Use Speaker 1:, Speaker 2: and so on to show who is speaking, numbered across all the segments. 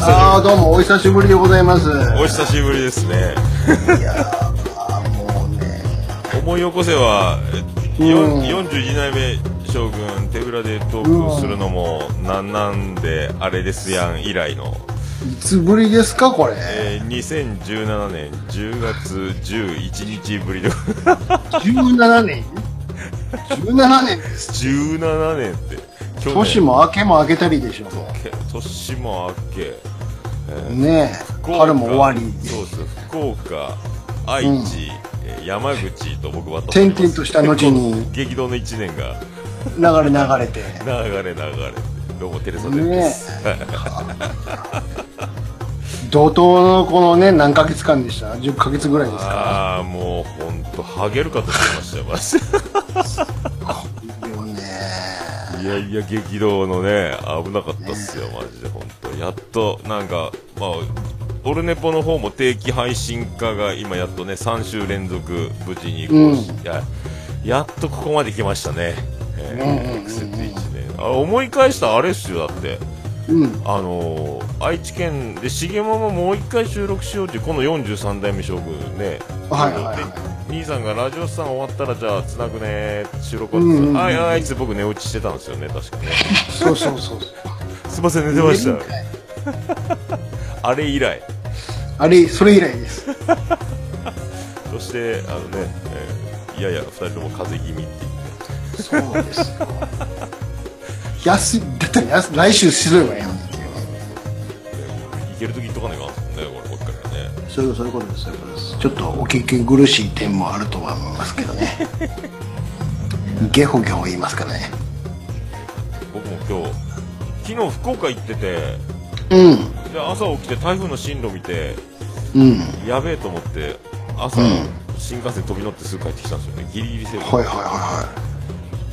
Speaker 1: あどうもお久しぶりでございます
Speaker 2: お久しぶりですね。
Speaker 1: いやーもうね
Speaker 2: 思い起こせは、え
Speaker 1: うん
Speaker 2: よん42代目将軍手ぶらでトークするのもなんなんであれですやん以来の、
Speaker 1: いつぶりですかこれ
Speaker 2: えー2017年10月11日ぶりで
Speaker 1: 17年17年です
Speaker 2: 17年って去
Speaker 1: 年も明けも明けたりでしょ
Speaker 2: け年も明け
Speaker 1: ねえ
Speaker 2: 福岡
Speaker 1: 春も終わり
Speaker 2: そうです福岡愛知、えー山口と僕は
Speaker 1: 転々とした後に
Speaker 2: 激動の1年が
Speaker 1: 流れ流れて
Speaker 2: 流れ流れてどうもテレサテルです、
Speaker 1: 怒涛のこのね何ヶ月間でした10ヶ月ぐらいですか
Speaker 2: ああもう本当ハゲるかと思いましたよマジで
Speaker 1: でもね
Speaker 2: いやいや激動のね危なかったっすよマジで本当やっとなんかまあオルネポの方も定期配信化が今やっとね3週連続無事にこうしややっとここまで来ましたね、えー苦節一年あ思い返したらあれっすよだって
Speaker 1: うん
Speaker 2: あのー愛知県で重マももう一回収録しようっていうこの43代目将軍ね、
Speaker 1: はいはいはい
Speaker 2: で兄さんがラジオさん終わったらじゃあつなぐねー収録を
Speaker 1: うんうんうん
Speaker 2: あいあいつ僕寝落ちしてたんですよね確かね
Speaker 1: そうそうそう
Speaker 2: すいません寝てましたあれ以来
Speaker 1: あれそれ以来です
Speaker 2: そしてあのね、えーいやいや2人とも風邪気味って言って
Speaker 1: そうですよ。安い、だったら安い来週しろよやんっていう。
Speaker 2: いける時行っとかないかんすもんねこれ僕からね
Speaker 1: そういうそういうことです、そういうことです。ちょっとお聞き苦しい点もあるとは思いますけどね。 ゲホゲホ言いますからね。
Speaker 2: 僕も今日昨日福岡行ってて
Speaker 1: う
Speaker 2: で朝起きて台風の進路見て
Speaker 1: ん、うん。
Speaker 2: やべえと思って朝、新幹線飛び乗ってすぐ帰ってきたんですよねギリギリセーフ、
Speaker 1: はいはいはいは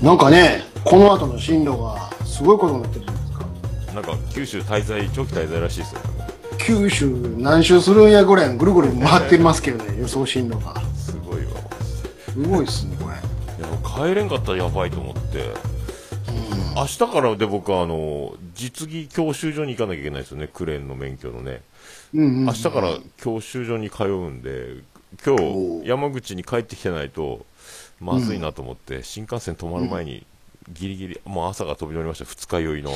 Speaker 1: い。なんかね、この後の進路がすごいことになってるじゃないですか。
Speaker 2: なんか九州滞在長期滞在らしいですよなんか
Speaker 1: 九州何周するんやぐらいのぐるぐる回ってますけどね、予想進路が。
Speaker 2: すごいわ
Speaker 1: すごいっすね、これ。
Speaker 2: いやもう帰れんかったらやばいと思って、明日からで僕あの実技教習所に行かなきゃいけないですよねクレーンの免許のね
Speaker 1: うんうん。
Speaker 2: 明日から教習所に通うんで今
Speaker 1: お
Speaker 2: 日山口に帰ってきてないとまずいなと思って、新幹線止まる前にギリギリもう朝が飛び乗りました二日酔いの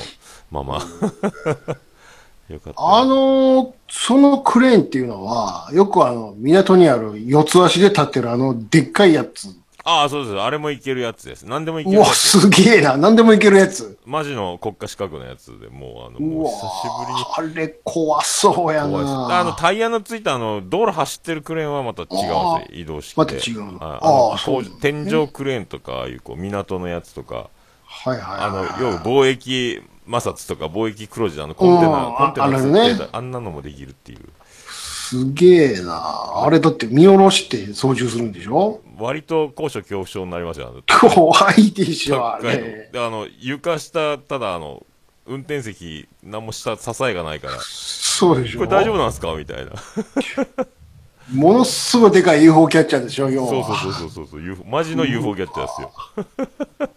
Speaker 2: まま よかった
Speaker 1: あのーそのクレーンっていうのは、よくあの、港にある四つ足で立ってるあの、でっかいやつ。
Speaker 2: ああ、そうです。あれもいけるやつです。何でもいけ
Speaker 1: う
Speaker 2: るや
Speaker 1: わ、
Speaker 2: つ。
Speaker 1: すげえな。何でもいけるやつ。
Speaker 2: マジの国家資格のやつで、もう、あの、
Speaker 1: う
Speaker 2: もう
Speaker 1: わ
Speaker 2: 久しぶりに
Speaker 1: あれ、怖そうや
Speaker 2: 怖いです。あの、
Speaker 1: な。
Speaker 2: タイヤのついた、あの、道路走ってるクレーンはまた違うん
Speaker 1: あ
Speaker 2: ですよ、移動式で。
Speaker 1: また違うの
Speaker 2: はい
Speaker 1: ああ
Speaker 2: の
Speaker 1: そうですね
Speaker 2: 天井クレーンとか、ああいう、こう、港のやつとか、
Speaker 1: はいはい
Speaker 2: あの
Speaker 1: は、
Speaker 2: 要は貿易摩擦とか、貿易黒字、あの、コンテ
Speaker 1: うん
Speaker 2: ナ、コンテナ
Speaker 1: あ
Speaker 2: つ
Speaker 1: あれ
Speaker 2: い
Speaker 1: ね
Speaker 2: て、あんなのもできるっていう。
Speaker 1: い。すげえな。あれだって見下ろして操縦するんでしょ
Speaker 2: 割と高所恐怖症になりましたよ、あの
Speaker 1: 怖いでしょ、あ
Speaker 2: 高いの
Speaker 1: れ。
Speaker 2: であの床下、ただあの運転席、何もした支えがないから、こ
Speaker 1: そうでしょ。
Speaker 2: れ大丈夫なんですかみたいな、そう
Speaker 1: ものすごいでかい UFO キャッチャーでしょ、要は。
Speaker 2: そうそうそうそうそう、UFO マジの UFO キャッチャーですよ、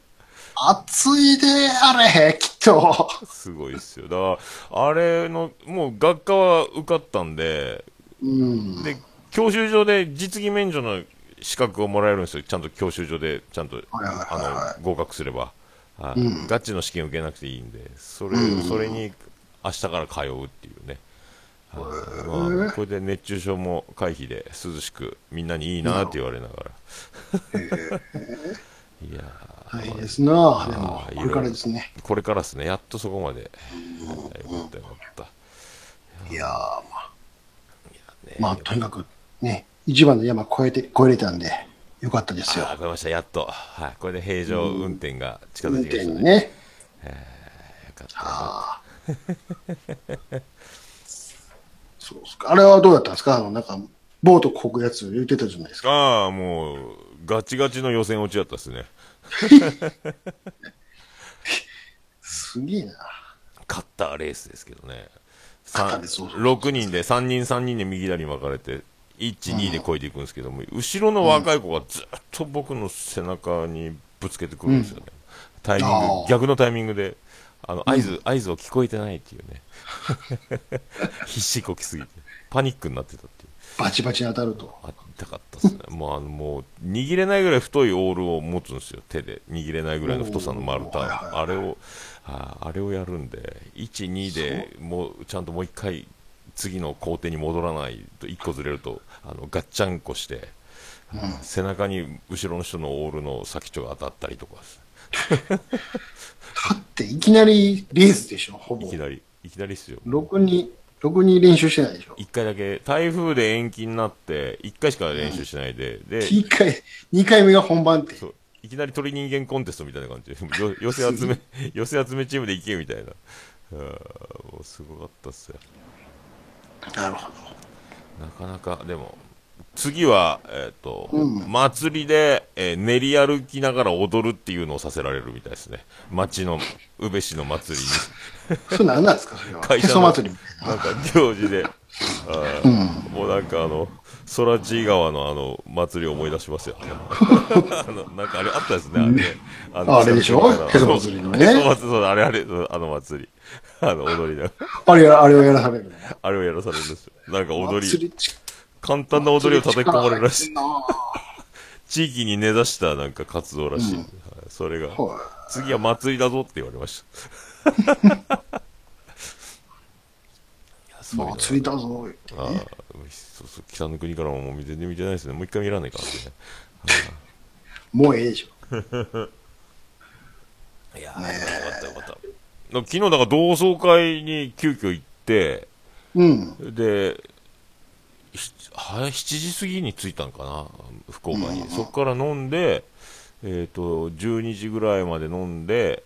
Speaker 1: 熱いで、あれ、きっと。
Speaker 2: すごいですよ、だから、あれの、もう学科は受かったんで、
Speaker 1: うん。
Speaker 2: で教習所で実技免除の資格をもらえるんですよ、ちゃんと教習所で、ちゃんと
Speaker 1: はいはいはいはい
Speaker 2: あの合格すれば、はいガチの試験受けなくていいんで、それ,、それに明日から通うっていうね、はいまあ、これで熱中症も回避で涼しく、みんなにいいなって言われながら。いや
Speaker 1: はい、ですな。でも
Speaker 2: あ、ー
Speaker 1: これからですね。
Speaker 2: ーこれからですね、やっとそこまで、はいよかったよかった。
Speaker 1: いやー、まあ、まあ、とにかくね、一番の山越えて、越えれたんで、よかったですよ
Speaker 2: あ。ー、これました、やっと、はい、これで平常運転が近づ
Speaker 1: 運
Speaker 2: いてきまし
Speaker 1: 転
Speaker 2: た
Speaker 1: に
Speaker 2: ね。
Speaker 1: ね。
Speaker 2: よかったよかった
Speaker 1: あーそうっすか。あれはどうだったんですかあの、なんか、ボートこぐやつ言ってたじゃないですか。
Speaker 2: ああ、もう、ガチガチの予選落ちだったですね。
Speaker 1: すげえな。
Speaker 2: 勝ったレースですけどね。
Speaker 1: 勝った
Speaker 2: 三
Speaker 1: ねそうそうそう
Speaker 2: 6人で、3人3人で右左に分かれて、1、2でこいでいくんですけども、後ろの若い子がずっと僕の背中にぶつけてくるんですよね。タイミン
Speaker 1: ああ
Speaker 2: グ、逆のタイミングで、あの、合図、合図を聞こえてないっていうね。 必死こきすぎて。パニックになってたっていう。
Speaker 1: バチバチ当たると。
Speaker 2: あ痛かったですね。もうあの、もう、握れないぐらい太いオールを持つんですよ、手で。握れないぐらいの太さの丸太。
Speaker 1: おーはいはいはい
Speaker 2: あれを、あーあれをやるんで、1、2でもう、ちゃんともう一回、次の工程に戻らないと、1個ずれると、あの、ガッチャンコして、背中に後ろの人のオールの先っちょが当たったりとかです
Speaker 1: だっていきなりレースでしょ、ほぼ
Speaker 2: いき。なり、いきなりっすよ。
Speaker 1: ろくに、ろくに練習してないでしょ。
Speaker 2: 一回だけ、台風で延期になって、一回しか練習しないで、で、
Speaker 1: 一回、二回目が本番って。
Speaker 2: そういきなり鳥人間コンテストみたいな感じ で、よ寄せ集め、寄せ集めチームで行けみたいな。あーもうすごかったっすよ。
Speaker 1: なるほど。
Speaker 2: なかなか、でも、次は、えっ、と、
Speaker 1: う
Speaker 2: 祭りで、えー練り歩きながら踊るっていうのをさせられるみたいですね。町の、宇部市の祭りに。
Speaker 1: それ何なんですか、それは。へ
Speaker 2: 会社
Speaker 1: そ
Speaker 2: の
Speaker 1: 祭りみたいな。
Speaker 2: なんか行事で、あーもうなんかあの、空知川のあの、祭りを思い出します よ。あの、なんかあれあったですね、あれね。あ
Speaker 1: あれでしょ
Speaker 2: ヘソ
Speaker 1: へそ祭りのね
Speaker 2: そう、あれあれ、そうあの祭り。あの、踊りだ。
Speaker 1: あれや、あれをやらされるの。
Speaker 2: あれをやらされるんですよ。なんか踊り、
Speaker 1: 祭りち
Speaker 2: 簡単な踊りを叩き込まれるらしい。
Speaker 1: 力入ってんな
Speaker 2: 地域に根ざしたなんか活動らしい。はいそれが、
Speaker 1: はい
Speaker 2: 次は祭りだぞって言われました。いやそういうの
Speaker 1: 祭りだぞ。
Speaker 2: ああ、そうそう、北の国からももう全然見てないですね。もう一回見らないからね。
Speaker 1: もうええでしょ。
Speaker 2: いやー、よかったよかった。昨日、だから同窓会に急遽行って、
Speaker 1: うん。
Speaker 2: で、ひは7時過ぎに着いたのかな、福岡に。そこから飲んで、えっ、と、12時ぐらいまで飲んで、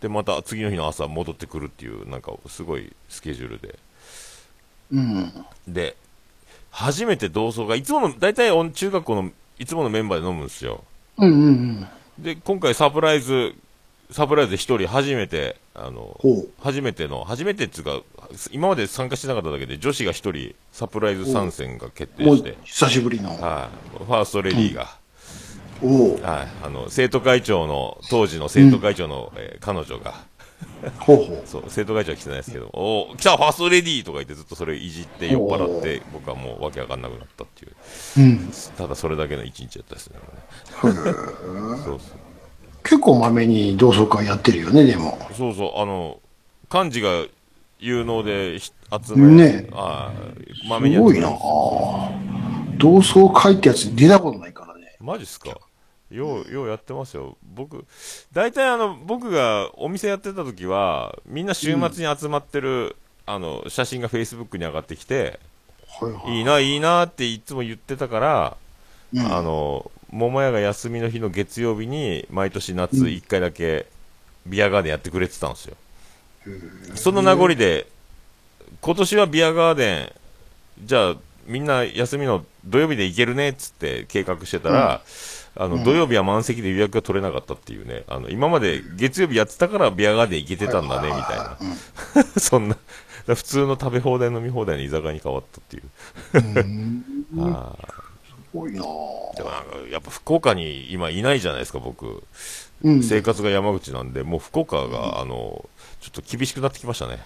Speaker 2: で、また次の日の朝戻ってくるっていう、なんかすごいスケジュールで。
Speaker 1: うん。
Speaker 2: で、初めて同窓会、いつもの、大体お中学校の、いつものメンバーで飲むんですよ。
Speaker 1: うんうんうん。
Speaker 2: で、今回サプライズ、サプライズで一人初めて、あの、
Speaker 1: ほう。
Speaker 2: 初めての、初めてっていうか、今まで参加してなかっただけで、女子が一人サプライズ参戦が決定
Speaker 1: もう
Speaker 2: して、
Speaker 1: 久しぶりの。
Speaker 2: はい、ファーストレディーが、
Speaker 1: おう
Speaker 2: はい、あの、生徒会長の、当時の生徒会長の、えー彼女が、
Speaker 1: ほうほう。
Speaker 2: そう、生徒会長は来てないですけど、おー来たファーストレディーとか言ってずっとそれいじって酔っ払って、僕はもうわけわかんなくなったっていう。
Speaker 1: うん。
Speaker 2: ただそれだけの一日やったですね。そうそう。
Speaker 1: 結構まめに同窓会やってるよね、でも。
Speaker 2: そうそう、あの、幹事が有能でひ集め、
Speaker 1: ねえ
Speaker 2: ああ、豆に
Speaker 1: す
Speaker 2: やっ
Speaker 1: ご
Speaker 2: て
Speaker 1: い
Speaker 2: る
Speaker 1: な同窓会ってやつに出たことないからね。
Speaker 2: マジっすか。よう、ようやってますよ。僕、大体あの、僕がお店やってた時は、みんな週末に集まってる、あの、写真が Facebook に上がってきて、
Speaker 1: はいはい
Speaker 2: いな、いいなっていつも言ってたから、
Speaker 1: うん
Speaker 2: あの、桃屋が休みの日の月曜日に、毎年夏一回だけ、ビアガーデンやってくれてたんですよ。その名残で、今年はビアガーデン、じゃあ、みんな休みの土曜日で行けるねっつって計画してたら、あの、土曜日は満席で予約が取れなかったっていうね、あの、今まで月曜日やってたからビアガーデン行けてたんだね、みたいな。 そんな、普通の食べ放題飲み放題の居酒屋に変わったっていう。 あー
Speaker 1: すごいな
Speaker 2: でもなんか、やっぱ福岡に今いないじゃないですか、僕。
Speaker 1: うん。
Speaker 2: 生活が山口なんで、もう福岡が、あの、ちょっと厳しくなってきましたね。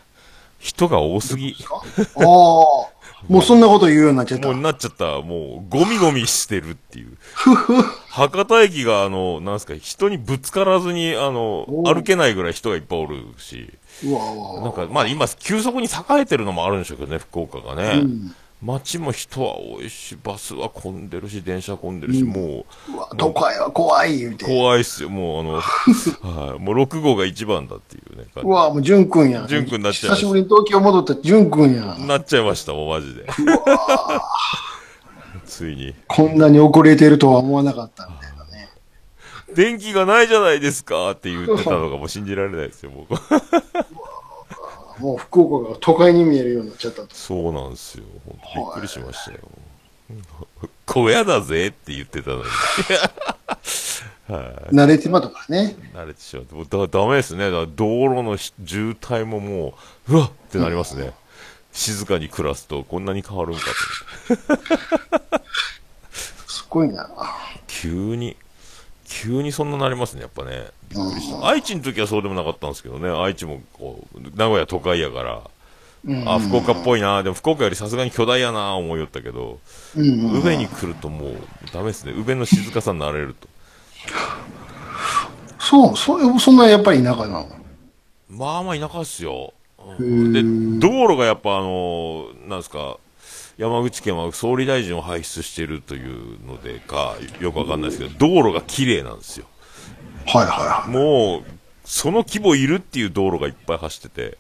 Speaker 2: 人が多すぎ。
Speaker 1: ああ。 もうそんなこと言うようになっちゃった
Speaker 2: もう。なっちゃった。もう、ゴミゴミしてるっていう。博多駅が、あの、なんすか、人にぶつからずに、あの、
Speaker 1: おう
Speaker 2: 歩けないぐらい人がいっぱいおるし。
Speaker 1: うわうわうわ
Speaker 2: なんか、まあ今、急速に栄えてるのもあるんでしょうけどね、福岡がね。街も人は多いし、バスは混んでるし、電車は混んでるし、もう、
Speaker 1: うわ。都会は怖い言うて。
Speaker 2: 怖いっすよ。もうあの、 はい。もう6号が一番だっていうね、感
Speaker 1: うわ、もう淳君やん。
Speaker 2: 淳君になっちゃいま
Speaker 1: 久
Speaker 2: す
Speaker 1: しぶりに東京戻った淳君や
Speaker 2: じ。
Speaker 1: ん。
Speaker 2: なっちゃいました、もうマジで。 ついに。
Speaker 1: こんなに遅れてるとは思わなかったみたいなね。
Speaker 2: 電気がないじゃないですかって言ってたのがもう信じられないですよ、 僕。
Speaker 1: もう福岡が都会に見えるようになっちゃったと。
Speaker 2: そうなんですよ。ほんとびっくりしましたよ。 小屋だぜって言ってたのに。
Speaker 1: 慣れてまったからね。
Speaker 2: 慣れてしまって。もうだ、ダメですね。だから道路のし渋滞ももう、うわっってなります ね。静かに暮らすとこんなに変わるんかと思って。
Speaker 1: すごいな。
Speaker 2: 急に、急にそんななりますね、やっぱね。びっくりした。愛知の時はそうでもなかったんですけどね、愛知もこう、名古屋都会やから、あ、福岡っぽいな、でも福岡よりさすがに巨大やな、思いよったけど、宇部に来るともう、ダメですね。宇部の静かさになれると。
Speaker 1: そう、そそんなやっぱり田舎なの。
Speaker 2: まあまあ田舎っすよ。うんで、道路がやっぱあの、なんですか、山口県は総理大臣を輩出しているというのでか、よくわかんないですけど、道路が綺麗なんですよ。
Speaker 1: はいは
Speaker 2: もう、その規模いるっていう道路がいっぱい走ってて、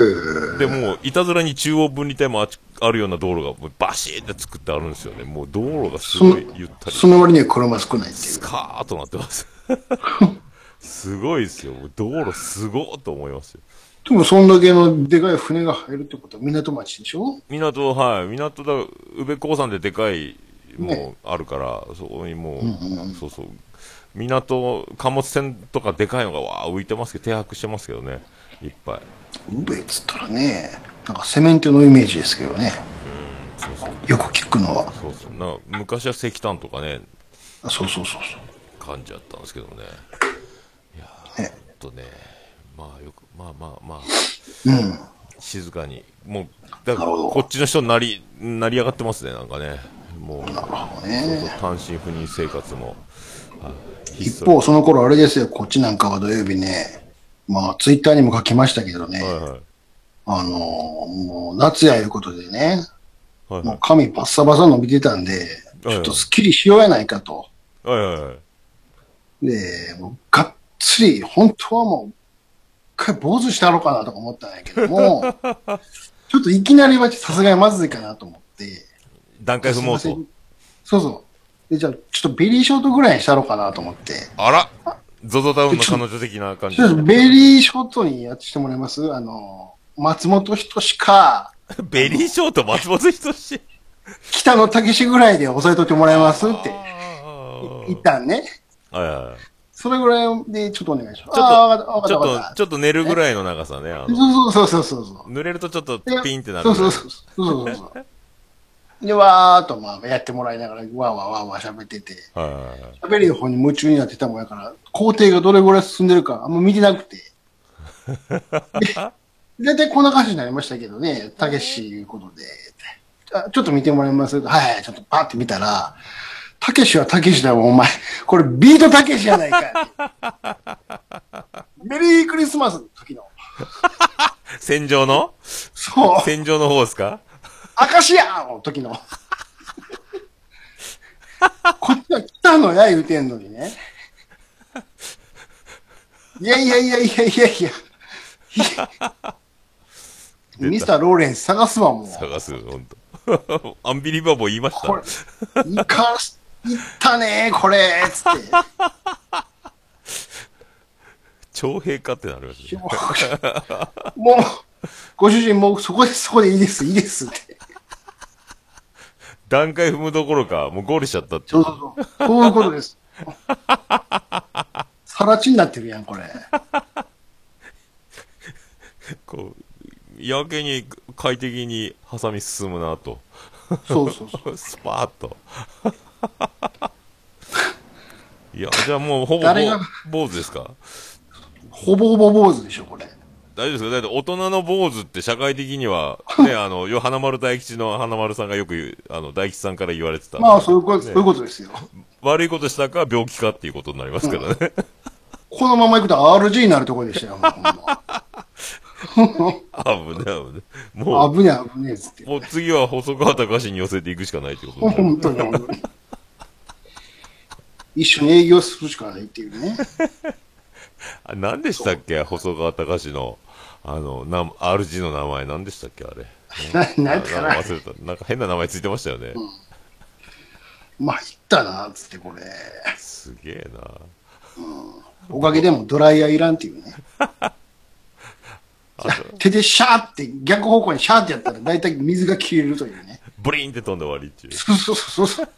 Speaker 1: いはい。へえ。
Speaker 2: で、もう、いたずらに中央分離帯もあちあるような道路が、もうバシーって作ってあるんですよね。もう道路がすごいゆったり、
Speaker 1: その割には車少ないっていう
Speaker 2: ス。カーッとなってます。 すごいですよ。もう道路すごーっと思いますよ。
Speaker 1: でもそんだけのでかい船が入るってことは港町でしょ
Speaker 2: 港、はい、港だ、宇部港山ででかい、もう、あるから、そこにもう、そうそう、港、貨物船とかでかいのがわー浮いてますけど、停泊してますけどね、いっぱい。
Speaker 1: 宇部っつったらね、なんかセメントのイメージですけどね。
Speaker 2: そうそう、
Speaker 1: よく聞くのは。
Speaker 2: そうそう、なんか昔は石炭とかね、
Speaker 1: あそうそうそう
Speaker 2: 感じやったんですけどね。い
Speaker 1: そう。ね
Speaker 2: や、っとね、まあよく、まあまあまあ、
Speaker 1: うん。
Speaker 2: 静かに、もう、だか
Speaker 1: な
Speaker 2: ら
Speaker 1: るほど
Speaker 2: こっちの人になり、なり上がってますね、なんかね。もう、
Speaker 1: なるほ
Speaker 2: そうそ
Speaker 1: ど
Speaker 2: う
Speaker 1: ね。
Speaker 2: 単身赴任生活も。はいひっ
Speaker 1: 一
Speaker 2: そり
Speaker 1: 方、その頃あれですよ、こっちなんかは土曜日ね、まあ、ツイッターにも書きましたけどね、
Speaker 2: はいはい。
Speaker 1: あのーもう夏やいうことでね、
Speaker 2: はい
Speaker 1: もう髪パッサパサ伸びてたんで、
Speaker 2: はい
Speaker 1: ちょっとスッキリしようやないかと。
Speaker 2: はいはいはい。
Speaker 1: で、もうがっつり、本当はもう、一回坊主したろうかなとか思ったんやけども、ちょっといきなりはさすがにまずいかなと思って、
Speaker 2: 段階不毛
Speaker 1: すいませ
Speaker 2: と
Speaker 1: ん。そうそう。で、じゃあ、ちょっとベリーショートぐらいにしたろうかなと思って、
Speaker 2: あらゾゾタウンの彼女的な感じ
Speaker 1: ちょっとベリーショートにやってしてもらえますあの、松本人志か、
Speaker 2: ベリーショート松本人 志。
Speaker 1: 北野武史ぐらいで押さえといてもらえますって、
Speaker 2: はい
Speaker 1: 一旦ね。
Speaker 2: はい。
Speaker 1: それぐらいでちょっとお願いします。
Speaker 2: ちょっと
Speaker 1: ああ、わかった、わか
Speaker 2: ち
Speaker 1: っ
Speaker 2: ょ
Speaker 1: た、
Speaker 2: っ
Speaker 1: わか
Speaker 2: と
Speaker 1: っ、
Speaker 2: ちょっと寝るぐらいの長さね。あ
Speaker 1: た。
Speaker 2: の
Speaker 1: そうそうそうそうそうそう。
Speaker 2: 濡れるとちょっと
Speaker 1: で
Speaker 2: ピンってなる
Speaker 1: そ
Speaker 2: ぐ
Speaker 1: う
Speaker 2: らい。
Speaker 1: そうそうそうそうそうそう。で、わーっとまあやってもらいながら、わーわーわーわー喋ってて、
Speaker 2: はいはいはい。
Speaker 1: 喋る方に夢中になってたもんやから、工程がどれぐらい進んでるかあんま見てなくて。で大体こんな感じになりましたけどね、たけしいうことで、あちょっと見てもらいますはいはい、ちょっとパーって見たら、たけしはたけしだもん、お前。これビートたけしやないかい。メリークリスマスの時の。
Speaker 2: 戦場の
Speaker 1: そう。
Speaker 2: 戦場の方ですか
Speaker 1: 明石やの時の。こっちは来たのや言うてんのにね。いやいやいやいやいやいや。ミスターローレンス探すわ、もう。
Speaker 2: 探す、ほんと。 アンビリバボー言いました。
Speaker 1: これ、いかし、いったねこれ、つって。
Speaker 2: 徴兵かってなりますね。
Speaker 1: もう、ご主人もうそこで、そこでいいです、いいですって。
Speaker 2: 段階踏むどころか、もうゴールしちゃったって
Speaker 1: そ。うそうそう。そういうことです。さらちになってるやん、これ。
Speaker 2: こう、やけに快適にハサミ進むなと。
Speaker 1: そうそうそう。
Speaker 2: スパーッと。 いや、じゃあもうほぼ
Speaker 1: 誰が
Speaker 2: 坊主ですか
Speaker 1: ほぼほぼ坊主でしょ、これ。
Speaker 2: 大丈夫ですかだって大人の坊主って社会的に は、ね、あの、よ花丸大吉の花丸さんがよく言う、あの、大吉さんから言われてた。
Speaker 1: まあ、そういうこと、そういうことですよ。
Speaker 2: 悪いことしたか病気かっていうことになりますからね。
Speaker 1: このまま行くと RG になるところでしたよ、もうほんま
Speaker 2: 危ね危ね。も
Speaker 1: 危ねえ危ねえっつって
Speaker 2: う、。もう次は細川隆史に寄せていくしかないってことになる
Speaker 1: 本当に本当に。一緒に営業するしかないっていうね。
Speaker 2: あ何でしたっけ細川隆史の、あの、な RG の名前何でしたっけあれ。
Speaker 1: ななん
Speaker 2: あ
Speaker 1: てか
Speaker 2: なん
Speaker 1: な
Speaker 2: か。忘れた。なんか変な名前ついてましたよね。
Speaker 1: まあ、行ったな、つってこれ。
Speaker 2: すげえな。
Speaker 1: おかげでもドライヤーいらんっていうね。手でシャーって、逆方向にシャーってやったら大体水が消えるというね。
Speaker 2: ブリーンって飛んで終わりっていう。
Speaker 1: そうそうそうそう。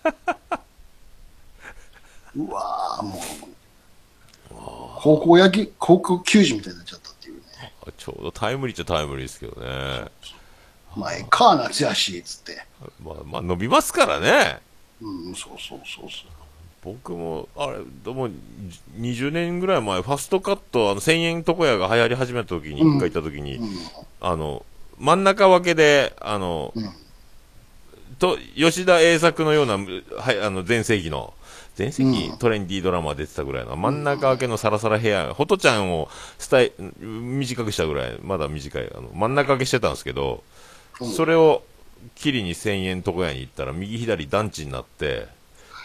Speaker 1: うわぁ、もう。高校野球、高校球児みたいになっちゃったっていうね。
Speaker 2: あちょうどタイムリーっちゃタイムリーですけどね。
Speaker 1: まあ、ええか、夏やし、つって。
Speaker 2: まあ、まあ、伸びますからね。
Speaker 1: うん、そうそうそうそう。
Speaker 2: 僕も、あれ、でも、20年ぐらい前、ファストカット、あの、1000円床屋が流行り始めた時に、
Speaker 1: うん
Speaker 2: 一回行った時に、
Speaker 1: うん
Speaker 2: あの、真ん中分けで、あの、
Speaker 1: うん
Speaker 2: と、吉田栄作のような、はい、あの、前世紀の、前世紀、
Speaker 1: うん
Speaker 2: トレンディードラマ出てたぐらいの、真ん中分けのサラサラヘア、ホトちゃんをスタイ、短くしたぐらい、まだ短い、あの、真ん中分けしてたんですけど、
Speaker 1: うん
Speaker 2: それを、きりに1000円床屋に行ったら、右左団地になって、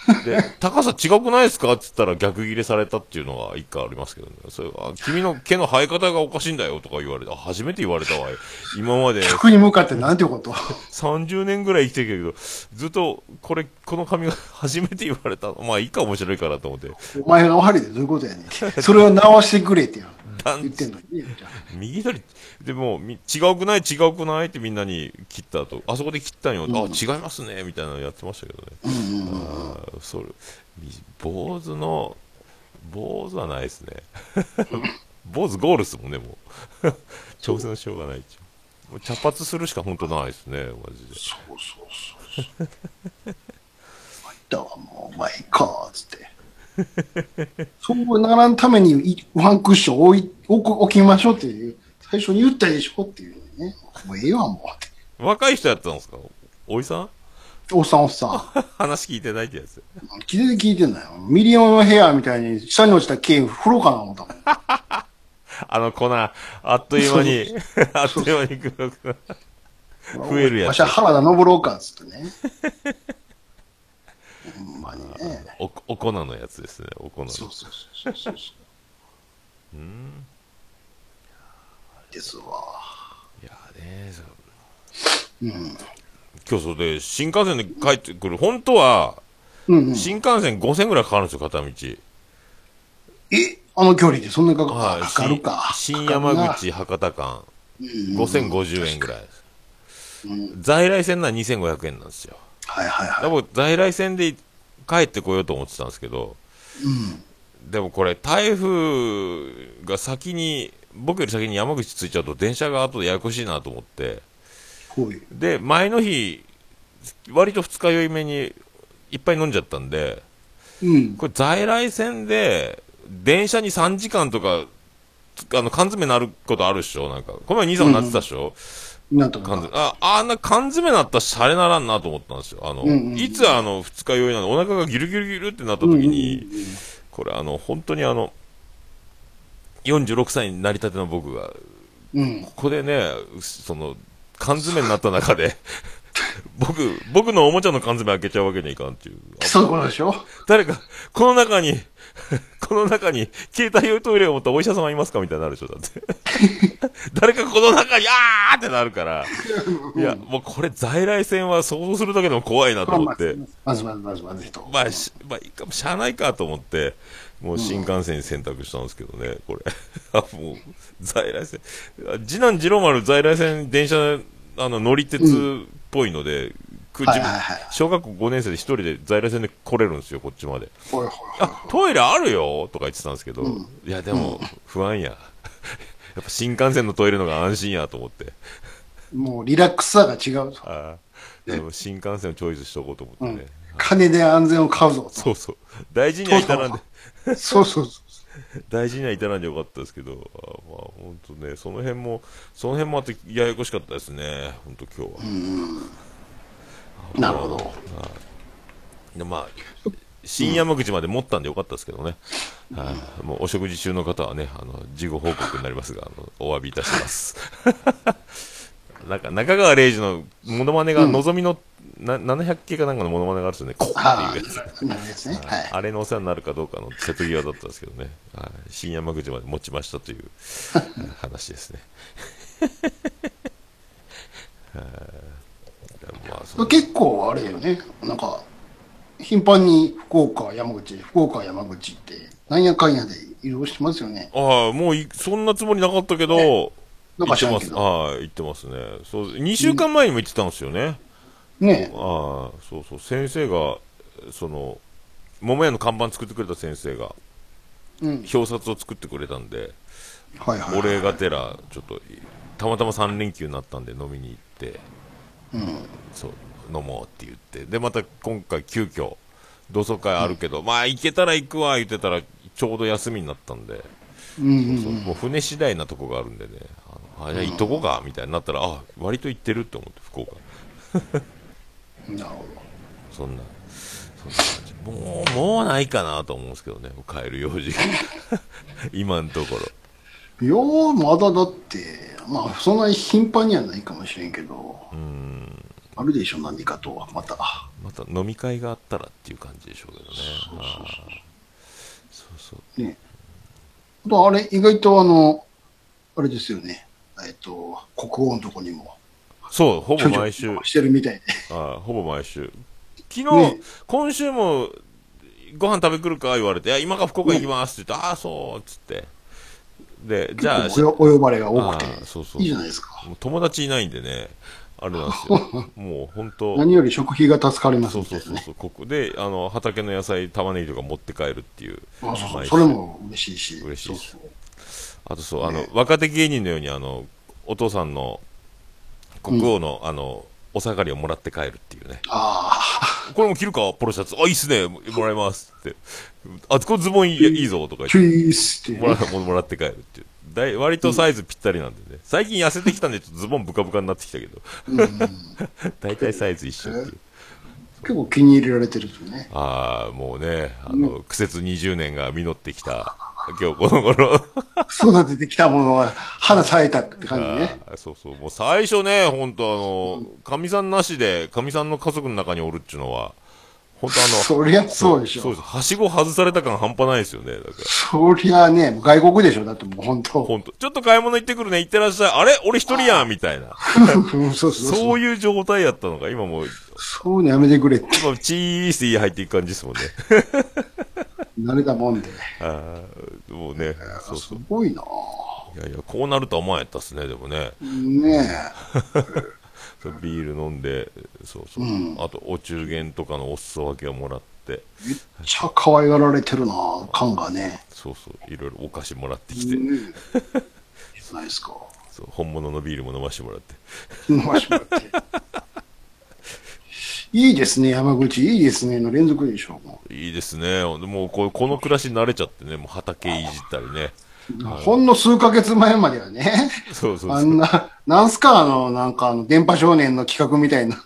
Speaker 2: で、高さ違くないですかって言ったら逆切れされたっていうのが一回ありますけどね。それは、あ君の毛の生え方がおかしいんだよとか言われて、あ初めて言われたわ。今まで
Speaker 1: 客に向かってなんてこと
Speaker 2: 30年ぐらい生きてるけど、ずっとこれ、この髪が初めて言われたの。 まあいいか面白いからと思って。
Speaker 1: お前の悪いでどういうことやねん。それを直してくれってよ
Speaker 2: 団
Speaker 1: 言ってんのにね。
Speaker 2: 右左、でも、み違うくない違うくないってみんなに切った後、あそこで切ったんよ。あ、違いますねみたいなのやってましたけどね。
Speaker 1: うんうんうん
Speaker 2: あーそれみ坊主の坊主はないですね 坊主ゴールですもんねもう 挑戦しようがないっちゅうもう茶髪するしか本当ないですねマジで
Speaker 1: そうそうそうそう。入ったわ、もう、お前か、つって。そうならんためにいワンクッション置い置く置きましょうっていう、最初に言ったでしょっていうね。もうええわ、もうって。
Speaker 2: 若い人やってたんですかおいさん
Speaker 1: おっさんおっさ
Speaker 2: 話聞いてないってやつ
Speaker 1: ん。全然聞いてんのよ。ミリオンヘアみたいに下に落ちた剣振ろうかな思ったもん。
Speaker 2: あの粉あっという間に あっという間に黒くなる増えるやつ
Speaker 1: わしは原田登ろうか、つってね。ほんまにね。
Speaker 2: おお粉のやつですねお粉の
Speaker 1: そうそうそうそうそう。うん。ですわ。
Speaker 2: いやーねそう
Speaker 1: うん
Speaker 2: 今日それで新幹線で帰ってくる本当は
Speaker 1: うんうん、
Speaker 2: 新幹線5000ぐらいかかるんですよ片道
Speaker 1: えあの距離でそんなにかか,、
Speaker 2: はい、
Speaker 1: かかるか。
Speaker 2: 新新
Speaker 1: かかるな
Speaker 2: 山口博多間、
Speaker 1: うん
Speaker 2: 5050円ぐらい。
Speaker 1: うん
Speaker 2: 在来線なら2500円なんですよ。
Speaker 1: はいはいは
Speaker 2: でも在来線で帰ってこようと思ってたんですけど、
Speaker 1: い。うん。
Speaker 2: でもこれ台風が先に、僕より先に山口着いちゃうと電車が後でややこしいなと思って、
Speaker 1: こういう。
Speaker 2: で、前の日、割と二日酔い目にいっぱい飲んじゃったんで、
Speaker 1: うん。
Speaker 2: これ在来線で、電車に3時間とか、あの、缶詰なることあるでしょなんか。この前兄さんもなってたでしょ、
Speaker 1: なんと
Speaker 2: 缶
Speaker 1: か。
Speaker 2: 詰あ、あんな缶詰なったらシャレならんなと思ったんですよ。あの、
Speaker 1: うんうんうん
Speaker 2: いつあの、二日酔いなの、お腹がギュルギュルギュルってなった
Speaker 1: うんうん
Speaker 2: 時
Speaker 1: うん
Speaker 2: に、これあの、本当にあの、46歳になりたての僕が、
Speaker 1: うん。
Speaker 2: ここでね、その、缶詰になった中で、 僕、僕のおもちゃの缶詰開けちゃうわけにはいかんっていう。あ
Speaker 1: そういうことでしょ
Speaker 2: 誰か、この中に、 この中に、携帯用トイレを持ったお医者様いますかみたいになるでしょ、だって。 誰かこの中に、あーってなるから。いや、もうこれ在来線は想像するだけでも怖いなと思
Speaker 1: ま
Speaker 2: って
Speaker 1: ず。まずまずまずまずと。
Speaker 2: まあ、しまあ、いいかも、しゃあないかと思って、もう新幹線に選択したんですけどね、これ。 あ、もう、在来線。あ次男次郎丸在来線、電車、あの、乗り鉄っぽいので、く
Speaker 1: はいはいはい
Speaker 2: 小学校5年生で一人で在来線で来れるんですよ、こっちまで。
Speaker 1: ほらほら。
Speaker 2: あトイレあるよとか言ってたんですけど、いや、でも、不安や。 やっぱ新幹線のトイレの方が安心やと思って、
Speaker 1: もうリラックスさが違うぞ。
Speaker 2: あーでも新幹線をチョイスしとこうと思ってね。
Speaker 1: 金で安全を買うぞ。
Speaker 2: そうそう。大事には至らんで、
Speaker 1: そうそうそ
Speaker 2: 大事には至らんでよかったですけど、あーまあ、本当ね、その辺も、その辺もあって、ややこしかったですね、本当今日は。
Speaker 1: う。なるほど。
Speaker 2: でまあ、新山口まで持ったんでよかったですけどね。はいもうお食事中の方はね、あの、事後報告になりますが、あの、お詫びいたします。 なんか、中川玲治のモノマネが、のぞみの、な700系かなんかのモノマネがあるんですよね。こうっていうやつ。
Speaker 1: はい。なるですね。はい。
Speaker 2: あれのお世話になるかどうかの瀬戸際だったんですけどね、はい新山口まで持ちましたと いう話ですね。 はいまあ、その
Speaker 1: 結構あれだよね、なんか、頻繁に福岡、山口、福岡、山口って、なんやかんやで移動してますよね。
Speaker 2: ああ、もういそんなつもりなかったけど、
Speaker 1: な
Speaker 2: 行
Speaker 1: んか
Speaker 2: っ
Speaker 1: 知
Speaker 2: て
Speaker 1: らん
Speaker 2: ま
Speaker 1: け
Speaker 2: す。
Speaker 1: ど。
Speaker 2: はい、行ってますね。そう、2週間前にも行ってたんですよね。
Speaker 1: ね
Speaker 2: ああ、そうそう、先生が、その、桃屋の看板作ってくれた先生が、
Speaker 1: うん。
Speaker 2: 表札を作ってくれたんで、
Speaker 1: はいはい。
Speaker 2: お礼がてら、ちょっと、たまたま3連休になったんで飲みに行って、
Speaker 1: うん。
Speaker 2: そう飲もうって言ってでまた今回急遽同窓会あるけど、まあ行けたら行くわ、言ってたら、ちょうど休みになったんで、
Speaker 1: うん
Speaker 2: そうもう船次第なとこがあるんでね、あのあじゃあ行っとこうか、みたいになったら、あ、割と行ってるって思って、福岡。
Speaker 1: うん。なるほど。
Speaker 2: そんな、そんな感じ。もう、もうないかなと思うんですけどね、帰る用事が。 今のところ。
Speaker 1: いやー、まだだって、まあ、そんなに頻繁にはないかもしれんけど、あるでしょ、何かとは、また。
Speaker 2: また飲み会があったらっていう感じでしょうけどね。あーそうそう。
Speaker 1: ね。あと、あれ、意外とあの、あれですよね。えっと、国王のとこにも、
Speaker 2: そう、ほぼ
Speaker 1: ちょいちょい
Speaker 2: 毎週。
Speaker 1: してるみたいで。
Speaker 2: あほぼ毎週。昨日、
Speaker 1: ね
Speaker 2: 今週も、ご飯食べ来るか言われて、いや、今から福岡行きますって言って、ああ、そう、っつって。で、じゃあ、
Speaker 1: およお呼ばれが多くて
Speaker 2: あ。ーそうそう
Speaker 1: いいじゃないですか。
Speaker 2: もう友達いないんでね、あれなんです よ。もう本当。
Speaker 1: 何より食費が助かります
Speaker 2: そう
Speaker 1: みた
Speaker 2: そ
Speaker 1: い
Speaker 2: そ
Speaker 1: うな
Speaker 2: う
Speaker 1: ね。
Speaker 2: そう、ここで、あの、畑の野菜、玉ねぎとか持って帰るっていう。
Speaker 1: あそうそう
Speaker 2: 毎週
Speaker 1: それ。も嬉しいし。
Speaker 2: 嬉しいです
Speaker 1: そうそう
Speaker 2: あとそう、あの
Speaker 1: ね、
Speaker 2: 若手芸人のように、あの、お父さんの、国王の、あの、お下がりをもらって帰るっていうね。
Speaker 1: ああ、
Speaker 2: これも着るかポロシャツ。あ、いいっすね。もらいます。って。あ、これズボンいいいいぞ。とか
Speaker 1: チ
Speaker 2: 言っ
Speaker 1: ュイスって
Speaker 2: て。もら
Speaker 1: ね。
Speaker 2: ももらって帰るっていう。だい割とサイズぴったりなんでね。最近痩せてきたんで、ちょっとズボンブカブカになってきたけど。 大体サイズ一緒っていう。
Speaker 1: 結構気に入れられてるとね。
Speaker 2: ああ、もうね、あの、苦節20年が実ってきた、今日この 頃。
Speaker 1: 育ててきたものが花咲いたって感じね。
Speaker 2: あーそうそう、もう最初ね、本当あの、かみさんなしで、かみさんの家族の中におるっちゅうのは、本当あの、
Speaker 1: そりゃそうでし
Speaker 2: そう
Speaker 1: ょ。
Speaker 2: です。はしご外された感半端ないですよね。だから、
Speaker 1: そりゃね、外国でしょ。だってもう本当。
Speaker 2: 本当ちょっと買い物行ってくるね、行ってらっしゃい。あれ俺一人やんみたいな。
Speaker 1: そう そうそう。
Speaker 2: そういう状態やったのが、今もう、
Speaker 1: そういうのやめてくれって。
Speaker 2: 今チースで入っていく感じですもんね。
Speaker 1: 慣れたもんで。
Speaker 2: あーもうね、そう
Speaker 1: す
Speaker 2: そう。
Speaker 1: ごいない
Speaker 2: やいや、こうなるとは思わんやったっすね、でもね。
Speaker 1: ね
Speaker 2: そうビール飲んで、そうそう。あと、お中元とかのお裾分けをもらって、
Speaker 1: え。めっちゃ可愛がられてるな感が ね。
Speaker 2: そうそう、いろいろお菓子もらってきて、
Speaker 1: ねえ。いいじゃないですか。
Speaker 2: そう本物のビールも飲ましてもらって。
Speaker 1: 飲ましてもらって。 いいですね、山口。いいですね、の連続でしょう。も
Speaker 2: いいですね。でもうこ、この暮らしに慣れちゃってね、もう畑いじったりね。
Speaker 1: うほんの数ヶ月前まではね。
Speaker 2: そうそう
Speaker 1: あ
Speaker 2: そ
Speaker 1: ん
Speaker 2: う。
Speaker 1: な、なんすか、あの、なんか、あの、電波少年の企画みた いな、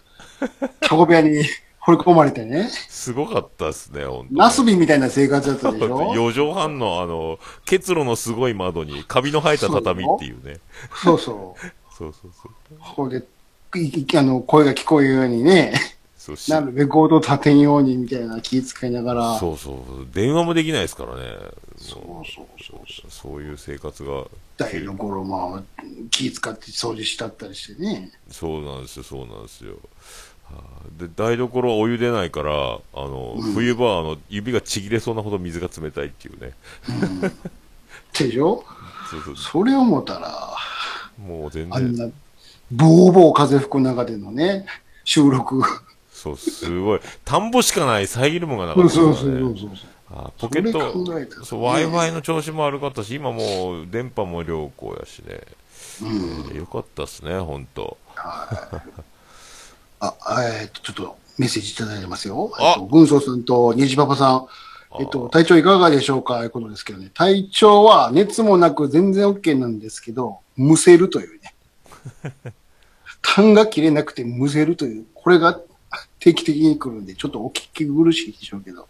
Speaker 1: タコ部屋に掘り込まれてね、
Speaker 2: すごかったですね、ほんと
Speaker 1: ナスビみたいな生活だったでしょ
Speaker 2: 4畳半のあの、結露のすごい窓に、カビの生えた畳っていうね。
Speaker 1: そうそう。
Speaker 2: そうそうそう。
Speaker 1: ここで、いいあの、声が聞こえるようにね、
Speaker 2: そうし
Speaker 1: なるレコードを立てんようにみたいな気遣いながら、
Speaker 2: そうそう。電話もできないですからね。
Speaker 1: そうそうそうそう。
Speaker 2: そういう生活が。
Speaker 1: 大の頃、まあ、気遣って掃除したったりしてね。
Speaker 2: そうなんですよ、そうなんですよ。はあで、台所はお湯出ないから、あの、冬場はあの、指がちぎれそうなほど水が冷たいっていうね。
Speaker 1: でしょ
Speaker 2: そうそう。
Speaker 1: それを思ったら、
Speaker 2: もう全
Speaker 1: あん
Speaker 2: 然。
Speaker 1: な、ボーボー風吹く中でのね、収録。
Speaker 2: そう、すごい。田んぼしかない、遮るもんがなか
Speaker 1: そ
Speaker 2: っ
Speaker 1: う
Speaker 2: たから
Speaker 1: そう
Speaker 2: ね。
Speaker 1: そうそうそう。
Speaker 2: あポケット、
Speaker 1: それ考えたらね
Speaker 2: そう、Wi-Fi の調子も悪かったし、今もう電波も良好やしね。よかったっすね、ほんと。
Speaker 1: あ、えーっと、ちょっとメッセージいただいてますよ。
Speaker 2: あ
Speaker 1: えっと、軍曹さんと虹パパさん。えっと、体調いかがでしょうかということですけどね。体調は熱もなく全然 OK なんですけど、むせるというね。痰が切れなくてむせるという、これが定期的に来るんで、ちょっとお聞き苦しいでしょうけど。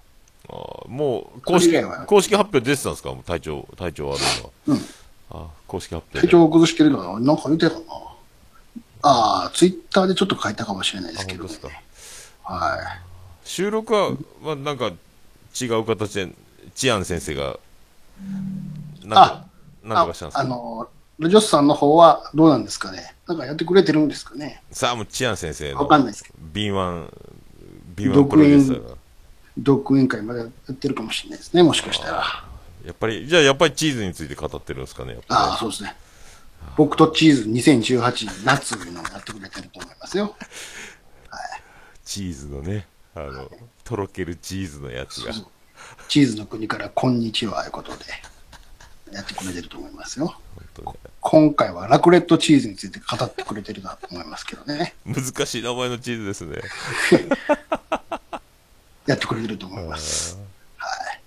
Speaker 2: あーもう、公式
Speaker 1: それ以外は、
Speaker 2: 公式発表出てたんですかもう体調、体調悪いのは。
Speaker 1: うん
Speaker 2: あ公式発表で。
Speaker 1: 体調を崩してるのはなんか言ってたかなああ、ツイッターでちょっと書いたかもしれないで
Speaker 2: あ
Speaker 1: すけ
Speaker 2: 本当
Speaker 1: ど、
Speaker 2: で
Speaker 1: ね
Speaker 2: す。か。
Speaker 1: はい。
Speaker 2: 収録は、まあ、なんか、違う形で、チアン先生が、なんか、なんとかしたんです
Speaker 1: ああ
Speaker 2: か
Speaker 1: の、ラジオスさんの方はどうなんですかねなんかやってくれてるんですかね
Speaker 2: さあ、もうチアン先生の
Speaker 1: わ、かんないですけど。
Speaker 2: 敏腕、敏腕プ
Speaker 1: 独
Speaker 2: ロデ
Speaker 1: 演
Speaker 2: ューサーが。
Speaker 1: ドッグ委員会までやってるかもしれないですね、もしかしたら。あ
Speaker 2: やっぱり、じゃあやっぱりチーズについて語ってるんですかね、やっぱ
Speaker 1: あ、そうですね。僕とチーズ2018夏というのをやってくれてると思いますよ。
Speaker 2: りチーズのね、あの、とろけるチーズのやつが。
Speaker 1: チーズの国からこんにちはということで、やってくれてると思いますよ。
Speaker 2: 本
Speaker 1: 今回はラクレットチーズについて語ってくれてるなと思いますけどね。
Speaker 2: 当に難しい名前のチーズですね。
Speaker 1: やってくれてると思います。はい。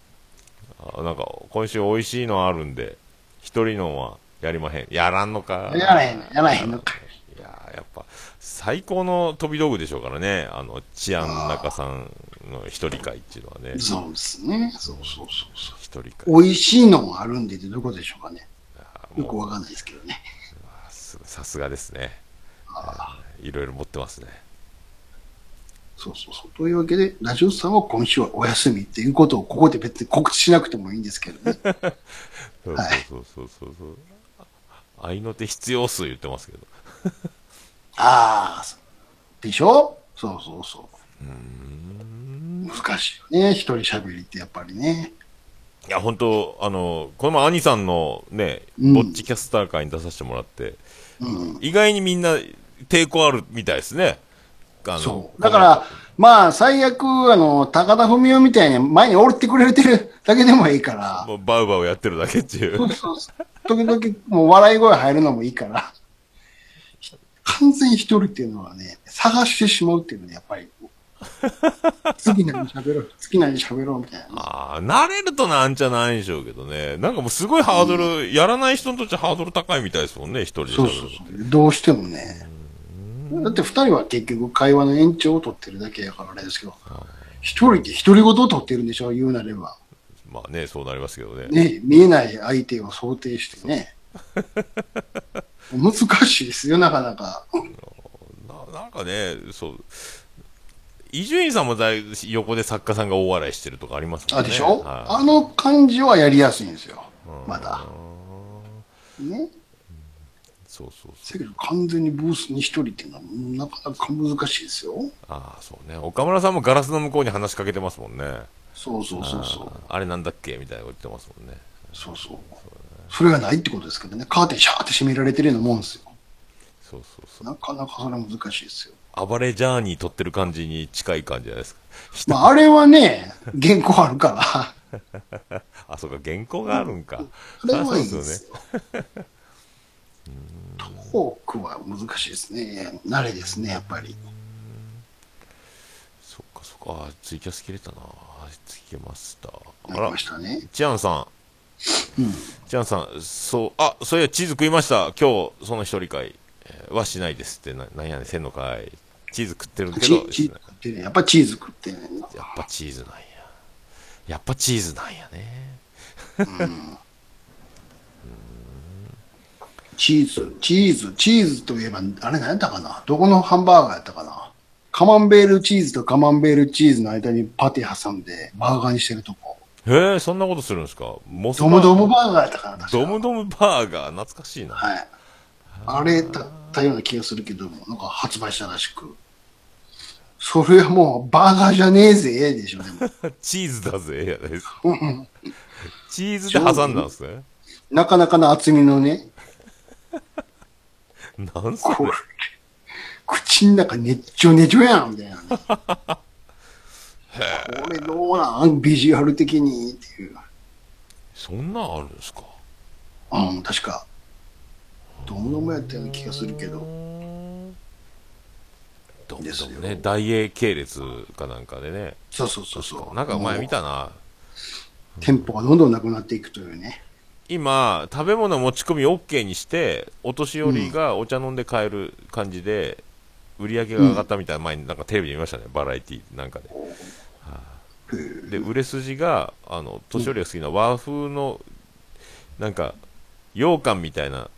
Speaker 2: あなんか、今週美味しいのあるんで、一人のはやりまへん。やらんのか。
Speaker 1: やらへんのやらへんのか
Speaker 2: いやーやっぱ、最高の飛び道具でしょうからね。あの、治安中さんの一人会っていうのはね。一
Speaker 1: そうですね。そうそうそうそ
Speaker 2: 人
Speaker 1: う。
Speaker 2: 会。
Speaker 1: 美味しいのもあるんでってどういうことでしょうかね。よく
Speaker 2: も
Speaker 1: わかんないですけどね。
Speaker 2: うすさすがですね。いろいろ持ってますね。
Speaker 1: そうそうそう。というわけで、ラジオさんは今週はお休みっていうことをここで別に告知しなくてもいいんですけ どね。
Speaker 2: そう
Speaker 1: はい
Speaker 2: そうそうそうそう。愛の手必要数言ってますけど。
Speaker 1: ああ、でしょそうそうそう。難しいよね。一人喋りってやっぱりね。
Speaker 2: いや、本当あの、この前、兄さんのね、
Speaker 1: うん
Speaker 2: ぼっちキャスター会に出させてもらって、意外にみんな抵抗あるみたいですね。あの
Speaker 1: そう。だから、まあ、最悪、あの、高田文夫みたいに前に折ってくれてるだけでもいいから。
Speaker 2: もうバウバウやってるだけっていう
Speaker 1: そ。うそうそう。時々、もう笑い声入るのもいいから。完全に一人っていうのはね、探してしまうっていうのはやっぱり。次何喋ろう、次何喋ろうみたいな。
Speaker 2: ああ、慣れるとなんじゃないんでしょうけどね。なんかもうすごいハードル、やらない人にとってはハードル高いみたいですもんね、一人で
Speaker 1: そう
Speaker 2: 喋る
Speaker 1: そうそう。どうしてもね。だって二人は結局会話の延長を取ってるだけやからあれですけど。一人って独り言を取ってるんでしょ、言うなれば。
Speaker 2: まあね、そうなりますけどね。
Speaker 1: ね、見えない相手を想定してね。難しいですよ、なかなか。
Speaker 2: ななんかね、そう。伊集院さんもだい横で作家さんが大笑いしてるとかありますもん
Speaker 1: あ、
Speaker 2: ね。
Speaker 1: でしょ、
Speaker 2: は
Speaker 1: あの感じはやりやすいんですよ。まだ。ね。
Speaker 2: い、そうそうそう。
Speaker 1: だけど完全にブースに一人っていうのはなかなか難しいですよ。
Speaker 2: ああ、そうね。岡村さんもガラスの向こうに話しかけてますもんね。
Speaker 1: そうそうそうそう。
Speaker 2: あれなんだっけみたいなこと言ってますもんね。
Speaker 1: そうそう。それがないってことですけどね。カーテンシャーって閉められてるようなもんですよ。
Speaker 2: そうそうそ
Speaker 1: なかなかそれは難しいですよ。
Speaker 2: う。暴れジャーニー撮ってる感じに近い感じじゃないですか。
Speaker 1: ま あ、あれはね、原稿あるから。
Speaker 2: あ、そうか、原稿があるんか。
Speaker 1: それはいい
Speaker 2: そうで
Speaker 1: で
Speaker 2: す
Speaker 1: す
Speaker 2: よね。
Speaker 1: よ。トークは難しいですね。慣れですね、やっぱり。
Speaker 2: そっかそっか。あ、ツイキャス切れたな。つけました。あ
Speaker 1: なり
Speaker 2: ら
Speaker 1: ま、したね。
Speaker 2: チアンさん。チアンさん、そう、あ、そういや、チーズ食いました。今日、その一人会、えーはしないですって、ななんやねん、せんのかい。チーズ食ってるけ
Speaker 1: チ
Speaker 2: ど、
Speaker 1: チーズ食ってね、やっぱチーズ食ってね。
Speaker 2: やっぱチーズなんや。やっぱチーズなんやね。
Speaker 1: チーズ、チーズ、チーズといえば、あれ何やったかなどこのハンバーガーやったかなカマンベールチーズとカマンベールチーズの間にパティ挟んでバーガーにしてるとこ。
Speaker 2: へえ、そんなことするんですかモスバ
Speaker 1: ドムドムバーガーやったかな確か
Speaker 2: ドムドムバーガー、懐かしいな。
Speaker 1: はい。あれだったような気がするけども、なんか発売したらしく。それはもうバーガーじゃねえぜ、でしょ、でも。
Speaker 2: チーズだぜ、やないですか。チーズで挟んだんですね。
Speaker 1: なかなかの厚みのね、
Speaker 2: なんすか
Speaker 1: これ、口の中ねっちょねちょやん、みたいなね、これどうなんビジュアル的にっていう。
Speaker 2: そんなんあるんですか
Speaker 1: うん、確か。どんどんもやったような気がするけ
Speaker 2: うー
Speaker 1: ど。
Speaker 2: んドム
Speaker 1: です
Speaker 2: ド
Speaker 1: よ
Speaker 2: ムね、大英系列かなんかでね。
Speaker 1: そうそうそうそう。
Speaker 2: なんか前見
Speaker 1: も
Speaker 2: たな。
Speaker 1: う店舗がどんどんなくなっていくというね。
Speaker 2: 今、食べ物持ち込み OK にして、お年寄りがお茶飲んで買える感じで、売り上げが上がったみたいな、前になんかテレビで見ましたね、バラエティなんかで。はいで、売れ筋が、あの、年寄りが好きな和風の、なんか、羊羹みたいな、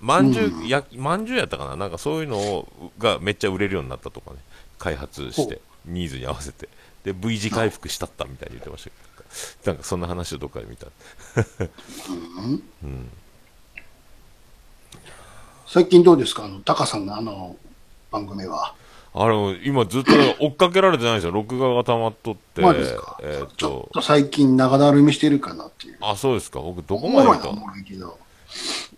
Speaker 2: まんじゅう、やまんじゅうやったかななんかそういうのをがめっちゃ売れるようになったとかね、開発し
Speaker 1: ほう
Speaker 2: て、ニーズに合わせて。で、V 字回復したったみたいに言ってましたけど、なんかなんかそんな話をどっかで見た。
Speaker 1: 最近どうですかあの、タカさんのあの、番組は。
Speaker 2: あの、今ずっと追っかけられてないんですよ。録画が溜まっとって。
Speaker 1: まあですか。
Speaker 2: えーっ
Speaker 1: ちょ
Speaker 2: と
Speaker 1: っ。と最近長だるみしてるかなっていう。
Speaker 2: あ、そうですか。僕、どこ
Speaker 1: お
Speaker 2: ま
Speaker 1: も
Speaker 2: で見
Speaker 1: ろいな
Speaker 2: た
Speaker 1: おもろいけど。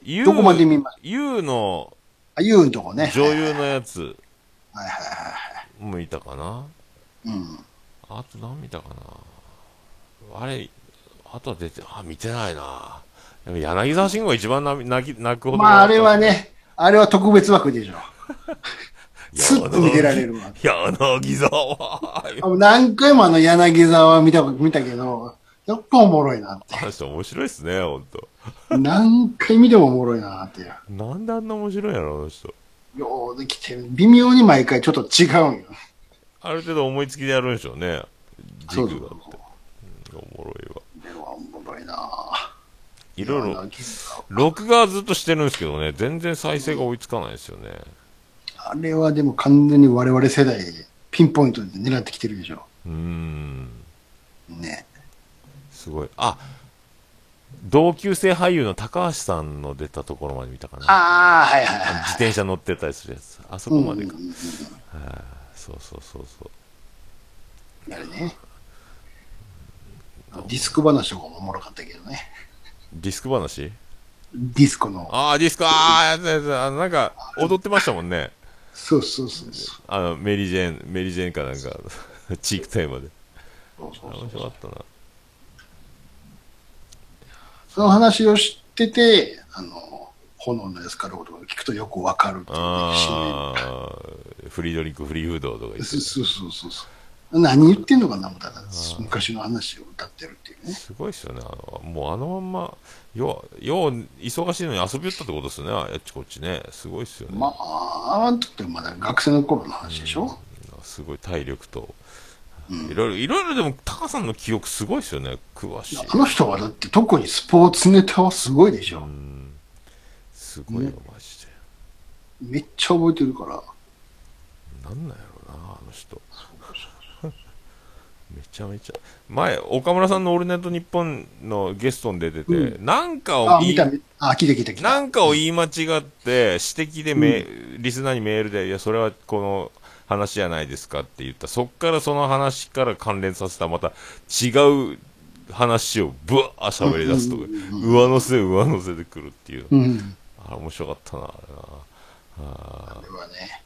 Speaker 2: ゆう
Speaker 1: どこまで見まし
Speaker 2: ゆうの
Speaker 1: あ、ユーんとこね。
Speaker 2: 女優のやつ、
Speaker 1: はいはいはい
Speaker 2: 向いたかな
Speaker 1: はい。うん。
Speaker 2: あと何見たかなあれ、あとは出て、あ、見てないな。でも柳沢慎吾が一番泣き泣き泣くほど。
Speaker 1: まあ、あれは。ね、あれは 特別枠でしょ。
Speaker 2: 柳
Speaker 1: スッと見てられるわ。
Speaker 2: 柳沢は
Speaker 1: あの何回もあの柳沢見た見たけど、やっぱおもろいなって。
Speaker 2: あの人面白いっすね、ほんと。
Speaker 1: 何回見てもおもろいなっていう。
Speaker 2: なんであんな面白いんやろ、あの人。
Speaker 1: ようできてる。微妙に毎回ちょっと違うんよ。
Speaker 2: ある程度思いつきでやるんでしょうね。ジ
Speaker 1: そ
Speaker 2: グ
Speaker 1: う
Speaker 2: が
Speaker 1: そう
Speaker 2: って。うんおもろいわ。
Speaker 1: でもおもろいない
Speaker 2: ろい
Speaker 1: あ
Speaker 2: ろ
Speaker 1: の、
Speaker 2: 録画はずっとしてるんですけどね、全然再生が追いつかないですよね。
Speaker 1: あれはでも完全に我々世代、ピンポイントで狙ってきてるでしょ。
Speaker 2: うーん。
Speaker 1: ね。
Speaker 2: すごい。あ、同級生俳優の高橋さんの出たところまで見たかな。
Speaker 1: ああ、はいはい
Speaker 2: 自
Speaker 1: はい。
Speaker 2: 転車乗ってたりするやつ。あそこまでか。はいそうそうそうそう。
Speaker 1: あれね。ディスク話とかもおもろかったけどね。
Speaker 2: ディスク話
Speaker 1: ディスコの。
Speaker 2: ああ、ディスク、ああ、やつやつ、あの、なんか、踊ってましたもんね。
Speaker 1: そうそうそうそう。
Speaker 2: あの、メリージェーン、メリージェーンかなんか、チークテーマで。
Speaker 1: そうそうそう
Speaker 2: 面白かったな。
Speaker 1: その話を知ってて、あの、炎のエスカロードを聞くとよくわかるっていうねシーン
Speaker 2: ああ、フリードリンク、フリーフードとか言って
Speaker 1: そう。そうそうそうそう。何言ってんのかな、みたいな。昔の話を歌ってるっていうね。
Speaker 2: すごいですよね。あのもうあのまんま、よう、よう、忙しいのに遊びよったってことですよね。あっちこっちね。すごいですよね。
Speaker 1: まあ、あの時ってまだ学生の頃の話でしょ、
Speaker 2: すごい体力と。いろいろ、いろいろでも、タカさんの記憶すごいですよね。詳しい。
Speaker 1: あの人はだって特にスポーツネタはすごいでしょ、
Speaker 2: すごいよ
Speaker 1: ね、
Speaker 2: マジで。
Speaker 1: めっちゃ覚えてるから。
Speaker 2: なんなんやろうな、あの人。 めちゃめちゃ。前、岡村さんのオールナイトニッポンのゲストに出てて、なんかを
Speaker 1: あ、
Speaker 2: 言
Speaker 1: 見
Speaker 2: い
Speaker 1: た、見たあ、聞いて聞いて聞い
Speaker 2: な
Speaker 1: た。
Speaker 2: んかを言い間違って、指摘でメ、リスナーにメールで、いや、それはこの話じゃないですかって言った。そっからその話から関連させた、また違う話をぶわー喋り出すとか、上乗せ上乗せでくるっていう。
Speaker 1: うん。
Speaker 2: あれ面白かったな、あれな。あ
Speaker 1: あ
Speaker 2: ー
Speaker 1: れはね、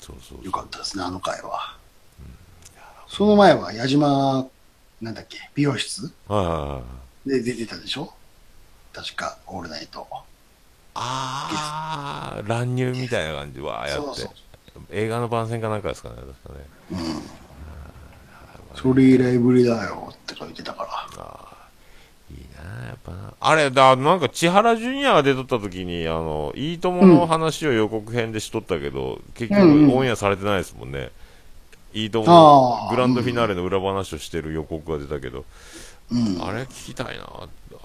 Speaker 2: そうそうそう
Speaker 1: よかったですね、あの回は。その前は矢島、なんだっけ、美容室
Speaker 2: はいはいはい
Speaker 1: で出てたでしょ確か、オールナイト。
Speaker 2: ああ、乱入みたいな感じ、わーやって。
Speaker 1: そうそう
Speaker 2: 映画の番宣かなんかですかね、確かね。
Speaker 1: それ以来ぶりだよって書いてたか
Speaker 2: い
Speaker 1: ら。
Speaker 2: いなあやっぱな。あれ、だ、なんか、千原ジュニアが出とった時に、あの、いいともの話を予告編でしとったけど、結
Speaker 1: うんう
Speaker 2: 局、
Speaker 1: ん
Speaker 2: オンエアされてないですもんね。いいともの
Speaker 1: あー
Speaker 2: グランドフィナーレの裏話をしてる予告が出たけど、
Speaker 1: うん。
Speaker 2: あれ聞きたいな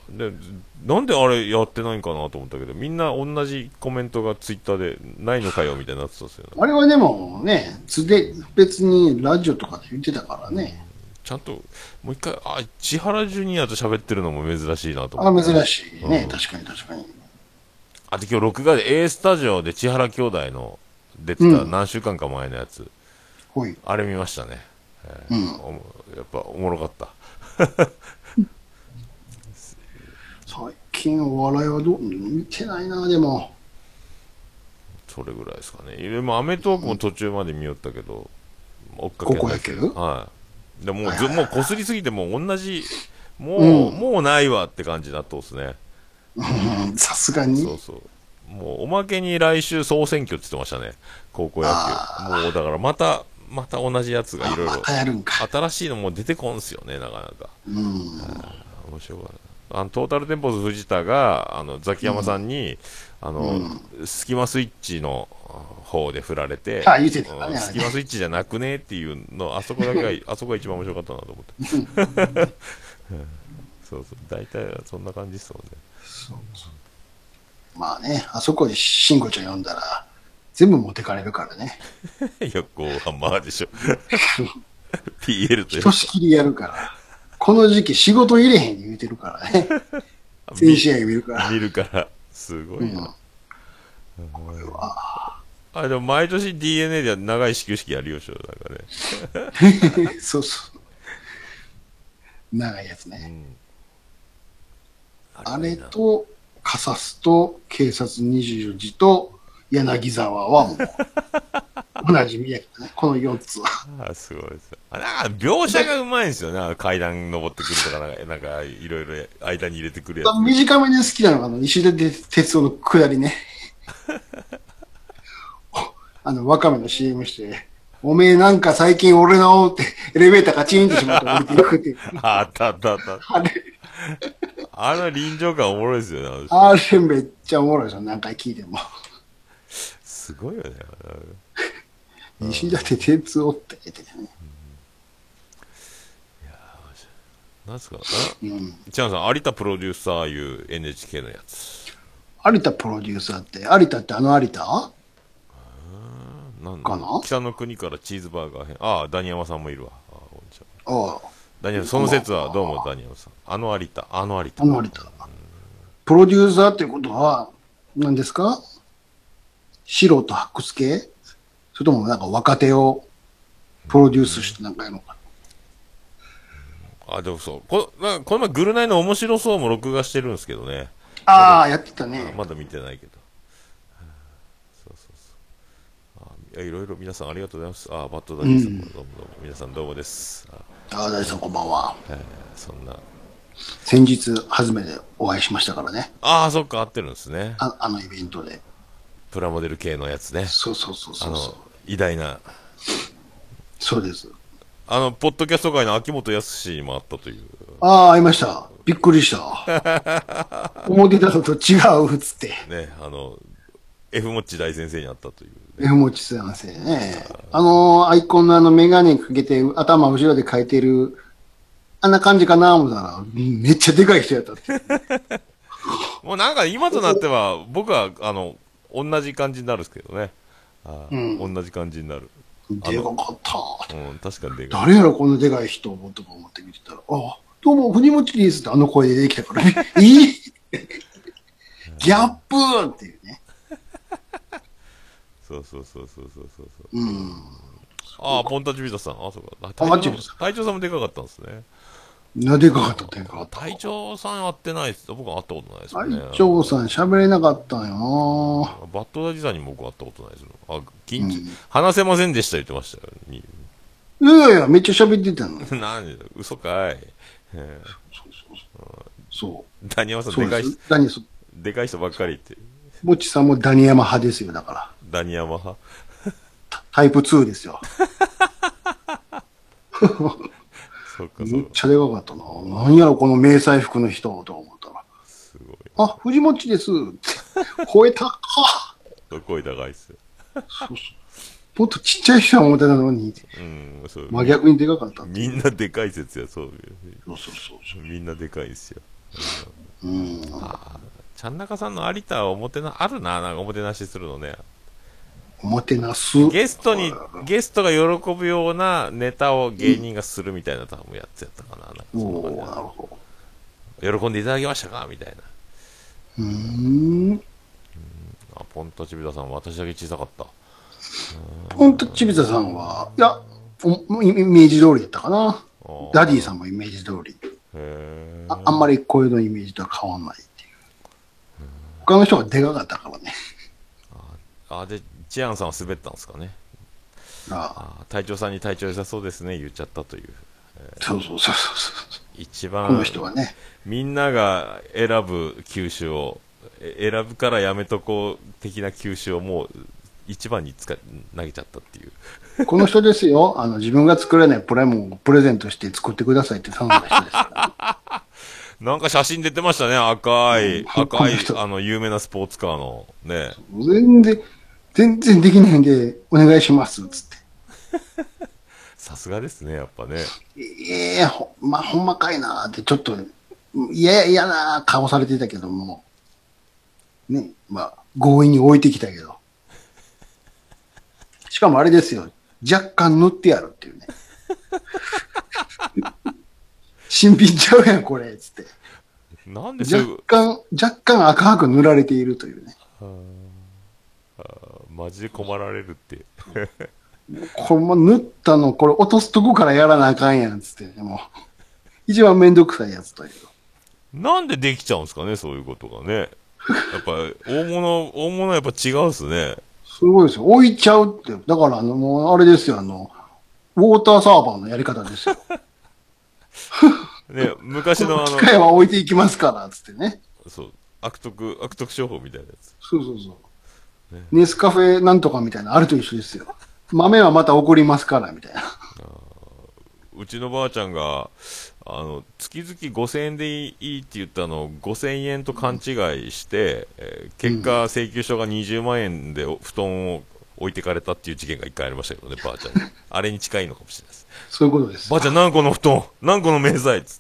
Speaker 2: で、なんであれやってないんかなと思ったけど、みんな同じコメントがツイッターで、ないのかよ、みたいになってたんですよね。
Speaker 1: あれはでもね、つで、別にラジオとかで言ってたからね。
Speaker 2: ちゃんと、もう一回、あ、千原ジュニアと喋ってるのも珍しいなと
Speaker 1: あ
Speaker 2: 思って。
Speaker 1: 珍しいね
Speaker 2: う。ん
Speaker 1: 確かに確かに。
Speaker 2: あと今日録画で A スタジオで千原兄弟の出てた
Speaker 1: うん
Speaker 2: 何週間か前のやつ、
Speaker 1: ほい。
Speaker 2: あれ見ましたね。えーおもやっぱおもろかった。
Speaker 1: 最近お笑いはどう、見てないな、でも。
Speaker 2: それぐらいですかね。でもアメトークも途中まで見よったけど、追っかけ
Speaker 1: 高校野球
Speaker 2: はい。でもうず、もうこすりすぎてもう同じ、もう、
Speaker 1: うん
Speaker 2: もうないわって感じだとですね。
Speaker 1: うんさすが
Speaker 2: そ
Speaker 1: に
Speaker 2: う。そう。もうおまけに来週総選挙って言ってましたね。高校野
Speaker 1: あ
Speaker 2: 球。もうだからまた、また同じやつがいろい
Speaker 1: ま
Speaker 2: ろ。
Speaker 1: たやるんか。
Speaker 2: 新しいのも出てこんすよね、なかなか。
Speaker 1: うん。
Speaker 2: 面白かった。あの、トータルテンポス藤田が、あの、ザキヤマさんに、あの、スキマスイッチのあ方で振られて、
Speaker 1: あ言ってたね
Speaker 2: うん
Speaker 1: あれね
Speaker 2: スキマスイッチじゃなくねっていうの、あそこだけが、あそこが一番面白かったなと思って。うんそうそう。大体そんな感じっすもんね。
Speaker 1: まあね、あそこで慎吾ちゃん読んだら、全部持ってかれるからね。
Speaker 2: 横浜でしょ。PL と
Speaker 1: ひ
Speaker 2: いう
Speaker 1: としきりやるから。この時期仕事入れへんって言うてるからね。全試合見るから。
Speaker 2: 見るから、すごいな。あれでも毎年 DNA では長い始球式やるよ、しょ、なんかね。
Speaker 1: そうそう。長いやつね。あれと、カサスと、警察24時と、柳沢はもう、おなじみやからね。この4つは。
Speaker 2: あすごいです。あなんか描写がうまいんですよね。あの階段登ってくるとか、なんか、なんかいろいろ間に入れてくるやつ。
Speaker 1: 短めで好きなのが、あの、石田哲夫の 下りね。あの、ワカメの CM して、おめえなんか最近俺のって、エレベーターカチンってしまって降りていくっていう。
Speaker 2: あったあったあった。
Speaker 1: あれ、
Speaker 2: あの臨場感おもろいですよねあの人。
Speaker 1: あれめっちゃおもろいですよ、何回聞いても。
Speaker 2: すごいよね。あれ
Speaker 1: 西舘哲夫って言ってね。
Speaker 2: なんですか
Speaker 1: うん。
Speaker 2: チャンさん、有田プロデューサーいう NHK のやつ。
Speaker 1: 有田プロデューサーって、有田ってあの有田
Speaker 2: なんだ
Speaker 1: かな
Speaker 2: 北の国からチーズバーガー編。ああ、ダニヤマさんもいるわ。ああ、こんにちは。
Speaker 1: おう
Speaker 2: ダニヤマその説はどうもダニヤマさん。あの有田、あの有田。
Speaker 1: あの有田。プロデューサーっていうことは、何ですか素人発掘系それともなんか若手をプロデュースしてなんかやるのか
Speaker 2: あ、でもそう。こなんかこの前、グルナイの面白そうも録画してるんですけどね。
Speaker 1: なああ、やってたね。
Speaker 2: まだ見てないけど。そうそうそう。あいやいろいろ皆さんありがとうございます。あ、バットダニーさんもどうもどうも、皆さんどうもです。あ
Speaker 1: ああ、大地さんこんばんは。
Speaker 2: えーそんな。
Speaker 1: 先日、初めてお会いしましたからね。
Speaker 2: ああ、そっか、合ってるんですね。
Speaker 1: ああのイベントで。
Speaker 2: プラモデル系のやつね。
Speaker 1: そうそうそう
Speaker 2: あ
Speaker 1: そうそう
Speaker 2: の。、偉大な。
Speaker 1: そうです。
Speaker 2: あの、ポッドキャスト界の秋元康にもあったという。
Speaker 1: ああ、会いました。びっくりした。 思ってたのと違うっつって。
Speaker 2: ね、あの、F モッチ大先生にあったという、ね。
Speaker 1: F 持ち先生ね。あの、アイコンのあのメガネかけて、頭後ろで変えてる、あんな感じかな思ったら、めっちゃでかい人やったって。
Speaker 2: もうなんか今となっては、僕は、あの、同じ感じになるんですけどね。あー同じ感じになる。
Speaker 1: でかかった。
Speaker 2: うん、確かにでかい。
Speaker 1: 誰やろ、こんなでかい人とか思って見てたら、ああ、どうも、藤持ちですってあの声で出てきた からね。えーギャップーっていうね。
Speaker 2: そうそうそうそうそうそうそう。
Speaker 1: うん。
Speaker 2: ああ、ポンタチビタさん。あ、そうか。あ
Speaker 1: ポンタチビタさん
Speaker 2: 隊長さんもでかかったんですね。
Speaker 1: なでかかった、でかかった。
Speaker 2: 隊長さん会ってないです。僕は会ったことないですもんね。
Speaker 1: 隊長さん喋れなかったんよな
Speaker 2: バットダディさんにも僕会ったことないですよ。あ、緊張、話せませんでした言ってましたよ。に
Speaker 1: いやいや、めっちゃ喋ってたの。
Speaker 2: 何嘘かい。えー
Speaker 1: そ
Speaker 2: ダニヤマさ
Speaker 1: う。
Speaker 2: ん
Speaker 1: そ
Speaker 2: で
Speaker 1: う
Speaker 2: か
Speaker 1: で
Speaker 2: い人
Speaker 1: す。ダニエル、
Speaker 2: でかい人ばっかりって。
Speaker 1: もちさんもダニヤマ派ですよ、だから。
Speaker 2: ダニヤマ派。
Speaker 1: タイプ2ですよ。
Speaker 2: そうか、そ
Speaker 1: めっ
Speaker 2: う。
Speaker 1: ちゃでかかったな。何やろ、この迷彩服の人、と思ったら。
Speaker 2: すごい。
Speaker 1: あ、藤持ちです。超えたか。
Speaker 2: 声高いっすよ。
Speaker 1: そうそう。もっとちっちゃい人は思ってたのに、
Speaker 2: うん、そう。
Speaker 1: 真逆にでかかった。
Speaker 2: みんなでかい説や、そう。
Speaker 1: そうそうそうそ
Speaker 2: みんなでかいですよ。
Speaker 1: う。うん。
Speaker 2: ちゃん中さんの有田はおもてな、あるな、なんかおもてなしするのね。
Speaker 1: おもてなす。
Speaker 2: ゲストに、ゲストが喜ぶようなネタを芸人がするみたいな多分やつやったかな。なんかそ
Speaker 1: お
Speaker 2: んな感
Speaker 1: お
Speaker 2: じ
Speaker 1: なるほど。
Speaker 2: 喜んでいただきましたかみたいな。
Speaker 1: うーん。
Speaker 2: あ、ポンタチビタさん、私だけ小さかった。
Speaker 1: ほんと、ちびたさんは、いや、おイメージ通りだったかな。
Speaker 2: ー
Speaker 1: ダディさんもイメージ通り。
Speaker 2: へ
Speaker 1: ああんまりこういうのイメージとは変わんないっていう。他の人がでかかったからね。
Speaker 2: ーあ、で、チアンさんは滑ったんですかね。
Speaker 1: ああ
Speaker 2: あー、隊長さんに隊長良さそうですね、言っちゃったという。
Speaker 1: そうそうそうそうそう。
Speaker 2: 一
Speaker 1: この
Speaker 2: 番、
Speaker 1: 人はね。
Speaker 2: みんなが選ぶ球種を、え選ぶからやめとこう的な球種をもう、一番に使い投げちゃったっていう。
Speaker 1: この人ですよ。あの、自分が作れないプラモをプレゼントして作ってくださいって頼んだ人ですから。
Speaker 2: なんか写真出てましたね、赤い、
Speaker 1: うん
Speaker 2: 赤い
Speaker 1: この、人
Speaker 2: あの、有名なスポーツカーの、ね。
Speaker 1: 全然、全然できないんで、お願いします。つって。
Speaker 2: さすがですね、やっぱね。
Speaker 1: ええほんま、ほんまかいなーって、ちょっと、いや、嫌な顔されてたけども、ね、まあ、強引に置いてきたけど。しかもあれですよ、若干塗ってやるっていうね。新品ちゃうやん、これ、つって。
Speaker 2: なんでそういう
Speaker 1: 若干、若干赤く塗られているというね。
Speaker 2: マジで困られるって。
Speaker 1: これもう塗ったの、これ落とすとこからやらなあかんやん、つって、ね、もう。一番めんどくさいやつという。
Speaker 2: なんでできちゃうんですかね、そういうことがね。やっぱ、大物、大物はやっぱ違うっすね。
Speaker 1: すごいですよ。置いちゃうって。だから、あの、もうあれですよ、あの、ウォーターサーバーのやり方ですよ。
Speaker 2: ね、昔のあ
Speaker 1: 機械は置いていきますから、つってね。
Speaker 2: の、そう、悪徳、悪徳商法みたいなやつ。
Speaker 1: そうそうそう。ネスカフェなんとかみたいなのあると一緒ですよ。豆はまた怒りますから、みたいな。
Speaker 2: うちのばあちゃんが、あの、月々5000円でいいって言ったのを5000円と勘違いして、えー結果請求書が20万円でお布団を置いてかれたっていう事件が一回ありましたけどね、ばあちゃんに。あれに近いのかもしれないです。
Speaker 1: そういうことです。
Speaker 2: ばあちゃん何個の布団 何個の明細っつっ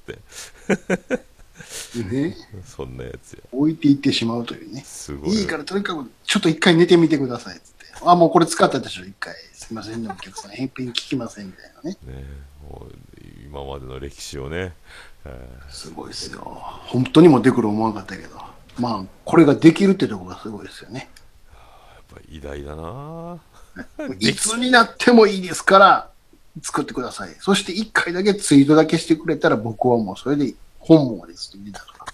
Speaker 2: て。
Speaker 1: ね、
Speaker 2: そんなやつや。
Speaker 1: 置いていってしまうというね。
Speaker 2: すごい。
Speaker 1: いいからとにかく、ちょっと一回寝てみてくださいっつって。あ、もうこれ使ったでしょ、一回。すいませんね、お客さん。返品聞きません、みたいなね。
Speaker 2: ね、もう今までの歴史をね。えー
Speaker 1: すごいですよ。本当にもでくる思わなかったけど。まあ、これができるってとこがすごいですよね。
Speaker 2: やっぱ偉大だな
Speaker 1: いつになってもいいですから、作ってください。そして一回だけツイートだけしてくれたら、僕はもうそれで本望ですって言ってたから。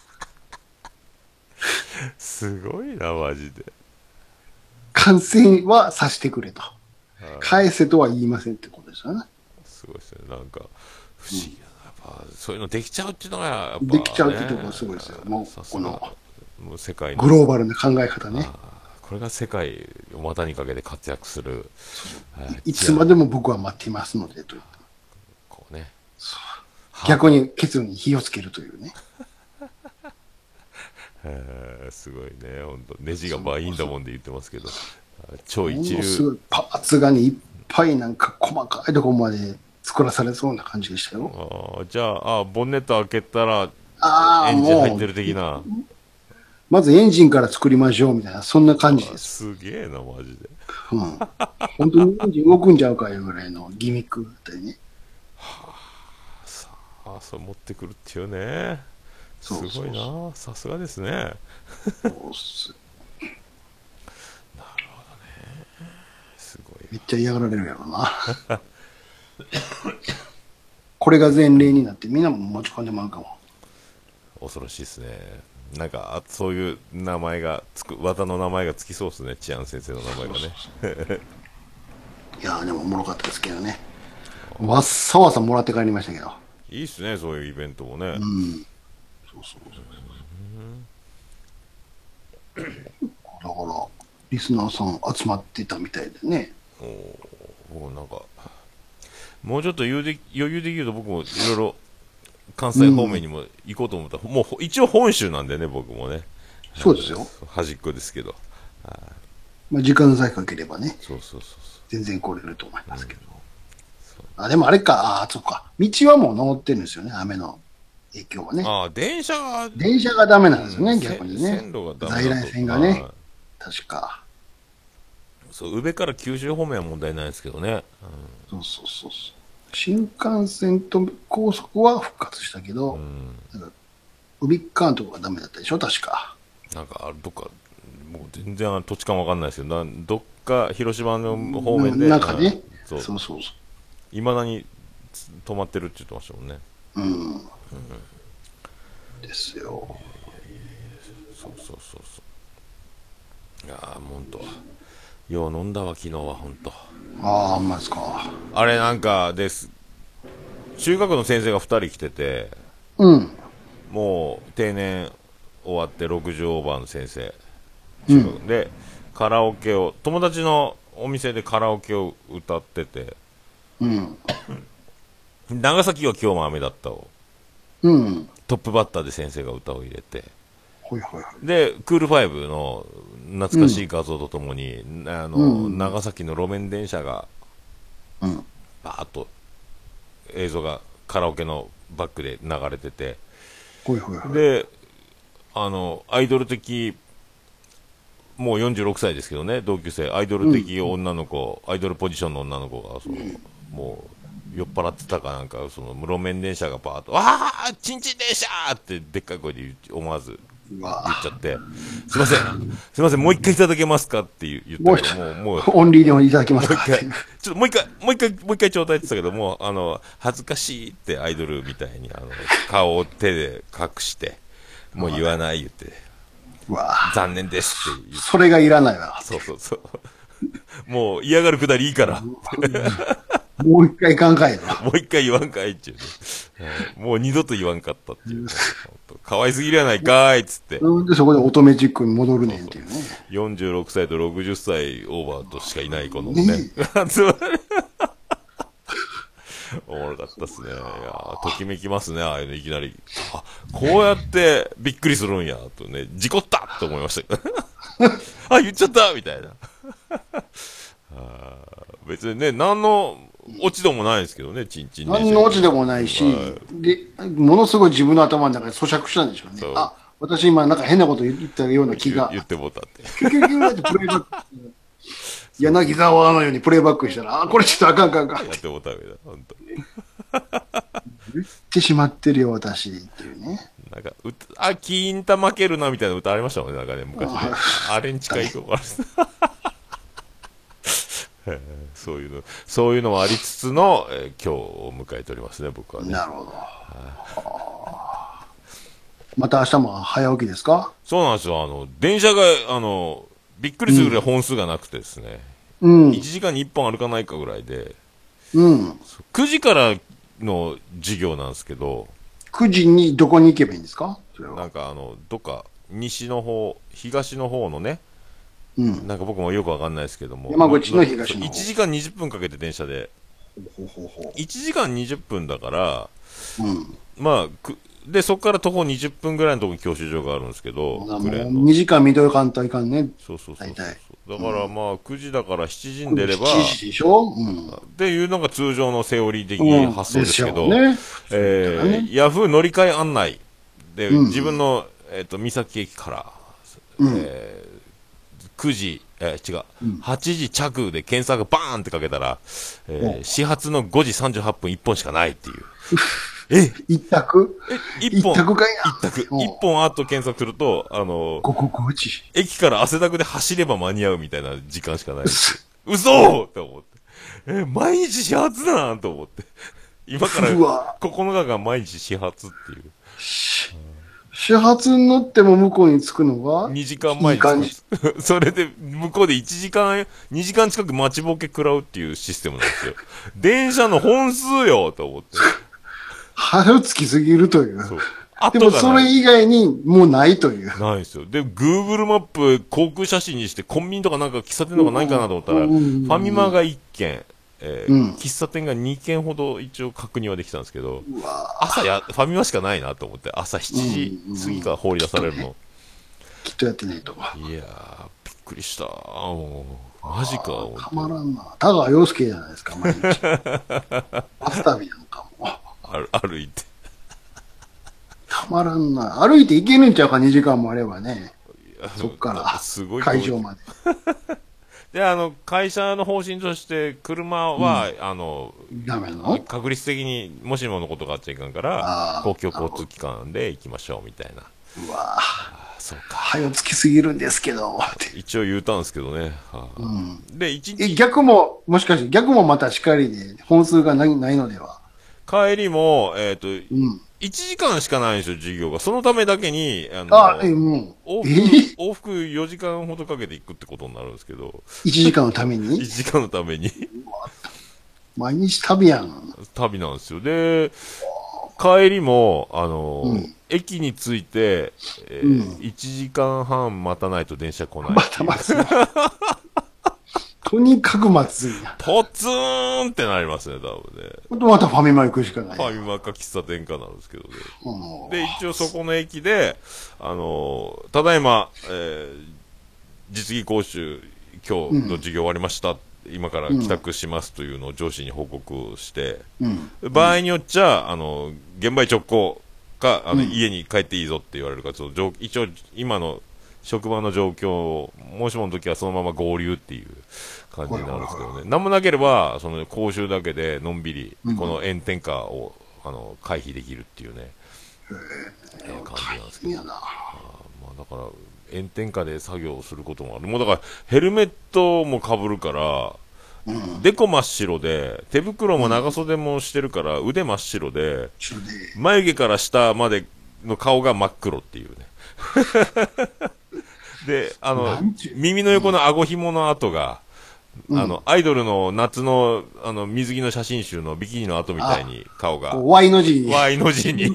Speaker 2: すごいな、マジで。
Speaker 1: 感染はさしてくれと。返せとは言いませんってことですよね。
Speaker 2: すごいですね。なんか、不思議だな。やっぱ、そういうのできちゃうっていうのが、やっぱ、
Speaker 1: できちゃうってとこがすごいですよもう
Speaker 2: さす
Speaker 1: こ
Speaker 2: が
Speaker 1: の、
Speaker 2: もう世界の
Speaker 1: グローバルな考え方ね。
Speaker 2: これが世界を股にかけて活躍する。はい
Speaker 1: いつまでも僕は待っていますのでという。
Speaker 2: こうね。
Speaker 1: 逆に結露に火をつけるというね。
Speaker 2: えーすごいね。本当ネジがバインだもんで言ってますけど、あ超
Speaker 1: もの
Speaker 2: 一
Speaker 1: す
Speaker 2: 流
Speaker 1: ご。いパーツがね、いっぱいなんか細かいとこまで作らされそうな感じでしたよ。
Speaker 2: あーじゃああ、ボンネット開けたら、
Speaker 1: ああ、
Speaker 2: エンジン
Speaker 1: も
Speaker 2: 入ってる
Speaker 1: う、
Speaker 2: 的な。
Speaker 1: まずエンジンから作りましょうみたいな、そんな感じで
Speaker 2: す
Speaker 1: す。
Speaker 2: げえな、マジで。
Speaker 1: うん。本当にエンジン動くんちゃうかいうぐらいのギミックだったりね。
Speaker 2: あそう持ってくるっていうねす
Speaker 1: そうそう
Speaker 2: ごいなさすがですね
Speaker 1: そうっす
Speaker 2: すごい
Speaker 1: めっちゃ嫌がられるやろな。 これが前例になってみんなも持ち込んでもらうかも。
Speaker 2: 恐ろしいですねなんかあそういう名前がつく技の名前がつきそうですね治安先生の名前がね
Speaker 1: いやーでもおもろかったですけどね。わっさわさもらって帰りましたけど。
Speaker 2: いいっすねそういうイベントもね、
Speaker 1: うん。そうそうそう。だから、リスナーさん集まってたみたいでね。
Speaker 2: おー僕なんかもうちょっと余裕で余裕できると僕もいろいろ関西方面にも行こうと思ったら、もうほ一応本州なんでね僕もね
Speaker 1: そうですよ。
Speaker 2: 端っこですけど
Speaker 1: まあ、時間さえかければね、
Speaker 2: そうそうそうそう
Speaker 1: 全然来れると思いますけど。あ、でもあれか、あー、そっか。道はもう登ってるんですよね、雨の影響はね。
Speaker 2: ああ電車が
Speaker 1: 電車がダメなんですよね、
Speaker 2: うん
Speaker 1: 逆に
Speaker 2: せ
Speaker 1: ね
Speaker 2: 線路が。ダメ
Speaker 1: 在
Speaker 2: だと
Speaker 1: 来線がね
Speaker 2: は、
Speaker 1: 確か。
Speaker 2: そう、宇部から九州方面は問題ないですけどね。
Speaker 1: そうそうそうそう。新幹線と高速は復活したけど、
Speaker 2: うん。
Speaker 1: なんか、ウビッカーのとこがダメだったでしょ、確か。
Speaker 2: なんか、あれどっか、もう全然あの土地感わかんないですけど、なんどっか広島の方面で。
Speaker 1: なんかね、
Speaker 2: う
Speaker 1: そ
Speaker 2: ん
Speaker 1: う
Speaker 2: そ
Speaker 1: そうう。そう
Speaker 2: いまだにつ止まってるって言ってましたもんね。
Speaker 1: うん。ですよ。
Speaker 2: そうそうそうそう。いやー、もうほんと。よう飲んだわ、昨日は、ほんと。
Speaker 1: ああ、あんまですか。
Speaker 2: あれ、なんか、です。中学の先生が二人来てて、
Speaker 1: うん。
Speaker 2: もう定年終わって60オーバーの先生、中学でカラオケを友達のお店でカラオケを歌ってて
Speaker 1: うん。
Speaker 2: 長崎は今日も雨だったを
Speaker 1: うん。
Speaker 2: トップバッターで先生が歌を入れて
Speaker 1: ほいほいほい。
Speaker 2: でクールファイブの懐かしい画像とともに、あの
Speaker 1: うん
Speaker 2: 長崎の路面電車が
Speaker 1: うん。
Speaker 2: バーッと映像がカラオケのバックで流れてて
Speaker 1: ほいほいほい。
Speaker 2: で、あの、アイドル的、もう46歳ですけどね、同級生、アイドル的女の子、アイドルポジションの女の子が、その、もう、酔っ払ってたかなんか、その、路面電車がバーッと、わーちんちん電車って、でっかい声で言う思わず
Speaker 1: う
Speaker 2: 言
Speaker 1: わ
Speaker 2: っちゃって、すいません、すいません、もう一回いただけますかって言う言ったけど、もう、もう、
Speaker 1: オンリーでもいただきま
Speaker 2: も
Speaker 1: す
Speaker 2: う
Speaker 1: か
Speaker 2: 一回、ちょっともう一回、もう一回、もう一回ちょうだいって言ってたけど、もう、あの、恥ずかしいってアイドルみたいに、あの、顔を手で隠して、もう言わない言って、
Speaker 1: うわあ
Speaker 2: 残念ですって言って、
Speaker 1: それがいらないわ。
Speaker 2: そうそうそう。もう嫌がるくだりいいから。
Speaker 1: もう一回考えろ。
Speaker 2: もう一回言わんかいっちゅうね、はいもう二度と言わんかったっていうね、ほんとかわいすぎるやないかーいっつって。
Speaker 1: なんでそこで乙女チックに戻るねんっていうね。
Speaker 2: 46歳と60歳オーバーとしかいないこのね
Speaker 1: ね。
Speaker 2: 集まる おもろかったっすね。いやーときめきますね、ああいうのいきなり。あ、こうやってびっくりするんや、とね、事故ったと思いました けど。あ、言っちゃったみたいな。 あー別にね、何の落ち度もないですけどね、ちんちん
Speaker 1: 何のオチでもないし、で、ものすごい自分の頭の中で咀嚼したんでしょうね
Speaker 2: そう。
Speaker 1: あ、私今なんか変なこと言ったような気
Speaker 2: 言
Speaker 1: が。
Speaker 2: 言ってもうたって。
Speaker 1: キュキュキュってプレイバックして柳沢のようにプレイバックしたら、あ、これちょっとあかんあかんあかん。言
Speaker 2: やってもうたみたいな、ほんと。
Speaker 1: ってしまってるよ、私。っていうね。
Speaker 2: なんか、うつあ、金玉負けるなみたいな歌ありましたもんね、なんかね、昔ね。あれに近いとこある。へえ そういうの、そういうのもありつつの、えー今日を迎えておりますね、僕はね。
Speaker 1: なるほど。また明日も早起きですか
Speaker 2: そうなんですよ、あの、電車が、あの、びっくりするぐらい本数がなくてですね、
Speaker 1: う
Speaker 2: 1
Speaker 1: ん。
Speaker 2: 時間に1本歩かないかぐらいで、
Speaker 1: うん。
Speaker 2: 9時からの授業なんですけど、
Speaker 1: 9時にどこに行けばいいんですかそれは。
Speaker 2: なんかあの、どっか、西の方、東の方のね、
Speaker 1: うん。
Speaker 2: なんか僕もよくわかんないですけども。
Speaker 1: 山口の東の方
Speaker 2: 1時間20分かけて電車で。
Speaker 1: ほうほうほ
Speaker 2: 1時間20分だから、
Speaker 1: う。うん。
Speaker 2: まあ、くで、そこから徒歩20分ぐらいのところに教習所があるんですけど、
Speaker 1: もう
Speaker 2: クレーンの
Speaker 1: 2時間見とかんといかんね。
Speaker 2: そうそうそうそう。
Speaker 1: 大体
Speaker 2: だからまあ、9時だから7時に出れば、
Speaker 1: 7時でしょうん。
Speaker 2: っていうのが通常のセオリー的発想ですけど、
Speaker 1: うんでし
Speaker 2: え
Speaker 1: そうだ
Speaker 2: ー、ヤフー乗り換え案内で、
Speaker 1: うん
Speaker 2: 自分の、えっと三崎駅から、
Speaker 1: うん
Speaker 2: えー9時、えー違う、8時着で検索バーンってかけたら、えー始発の5時38分1本しかないって いう。え、
Speaker 1: 一択
Speaker 2: え、1本、
Speaker 1: 一択かいな
Speaker 2: 一択。
Speaker 1: うん
Speaker 2: 一本後検索すると、あの、
Speaker 1: ここ5時。
Speaker 2: 駅から汗だくで走れば間に合うみたいな時間しか ない。嘘って思って。え、毎日始発だなと思って。今から
Speaker 1: うわ
Speaker 2: 9日間毎日始発っていう。
Speaker 1: 始発に乗っても向こうに着くのが
Speaker 2: 2時間前に着くんです。 それで、向こうで1時間、2時間近く待ちぼけ食らうっていうシステムなん ですよ。電車の本数よと思って。
Speaker 1: 早つきすぎるという。
Speaker 2: そう。後
Speaker 1: でも
Speaker 2: が
Speaker 1: そ
Speaker 2: な
Speaker 1: れ
Speaker 2: い。
Speaker 1: 以外にもうないという。
Speaker 2: ないんですよ。で、Google マップ、航空写真にして、コンビニとかなんか喫茶店とかないかなと思ったら、
Speaker 1: うん
Speaker 2: フ
Speaker 1: うんうん
Speaker 2: ァミマが1軒、えー
Speaker 1: うん
Speaker 2: 喫茶店が2軒ほど一応確認はできたんですけど、
Speaker 1: うわ
Speaker 2: 朝や、ファミマしかないなと思って、朝7時過ぎから放り出されるの。
Speaker 1: きっとやってないと。た
Speaker 2: いやー、びっくりした。もう、マジか。思って
Speaker 1: まらんな。田川陽介じゃないです か、毎日。バス旅なんかも。
Speaker 2: ある 歩いて。
Speaker 1: たまらんな。歩いて行けるんちゃうか、2時間もあればね。そっか
Speaker 2: なん
Speaker 1: ら、
Speaker 2: すごい
Speaker 1: 会場まで。
Speaker 2: で、あの、会社の方針として、車は、あの、
Speaker 1: ダメなの
Speaker 2: 確率的にもしものことがあっちゃいかんから
Speaker 1: あ、ー
Speaker 2: 公共交通機関で行きましょうみたいな。
Speaker 1: うわ
Speaker 2: あそうか。
Speaker 1: 早つきすぎるんですけど。って
Speaker 2: 一応言うたんですけどね。はあで、一
Speaker 1: え
Speaker 2: 日
Speaker 1: 逆も、もしかして逆もまたしかりで、本数がないないのでは。
Speaker 2: 帰りも、えっ、と、
Speaker 1: うん。
Speaker 2: 1時間しかないんですよ、授業が。そのためだけに、あの、
Speaker 1: あ、え、も
Speaker 2: 往、
Speaker 1: うえ
Speaker 2: 復、往復4時間ほどかけていくってことになるんですけど、
Speaker 1: 1時間のため
Speaker 2: 1
Speaker 1: に
Speaker 2: 時間のために
Speaker 1: 毎日旅やん。
Speaker 2: 旅なんですよ。で、帰りも、あの、
Speaker 1: うん
Speaker 2: 駅に着いて、えー
Speaker 1: うん
Speaker 2: 1時間半待たないと電車来ない
Speaker 1: ま
Speaker 2: って
Speaker 1: た
Speaker 2: いう。
Speaker 1: 待つの。とにかく待つんや。
Speaker 2: ポツーンってなりますね、多分ね。
Speaker 1: ほんとまたファミマ行くしかない。
Speaker 2: ファミマか喫茶店かなんですけどね。
Speaker 1: もう
Speaker 2: で、一応そこの駅で、あのーただいま、えー実技講習、今日の授業終わりました、今から帰宅しますというのを上司に報告して、
Speaker 1: うん。
Speaker 2: 場合によっちゃ、あの現場へ直行か、あの家に帰っていいぞって言われるから、その状一応、今の職場の状況を、もしもの時はそのまま合流っていう感じになるんですけどね、なんもなければ、その講習だけでのんびり、この炎天下をあの回避できるっていうね。えー感じなんですけ
Speaker 1: い
Speaker 2: ど、
Speaker 1: やな。
Speaker 2: まあ、だから炎天下で作業することもある、もうだからヘルメットもかぶるから、でこ真っ白で、手袋も長袖もしてるから、腕真っ白で、
Speaker 1: ちょっとね
Speaker 2: 眉毛から下までの顔が真っ黒っていうね。 で、あの
Speaker 1: なんちゅ、う
Speaker 2: 耳の横の顎紐の跡が、あの、アイドルの夏の、あの、水着の写真集のビキニの後みたいに顔が、
Speaker 1: こう Y の字に、
Speaker 2: Y の字 に、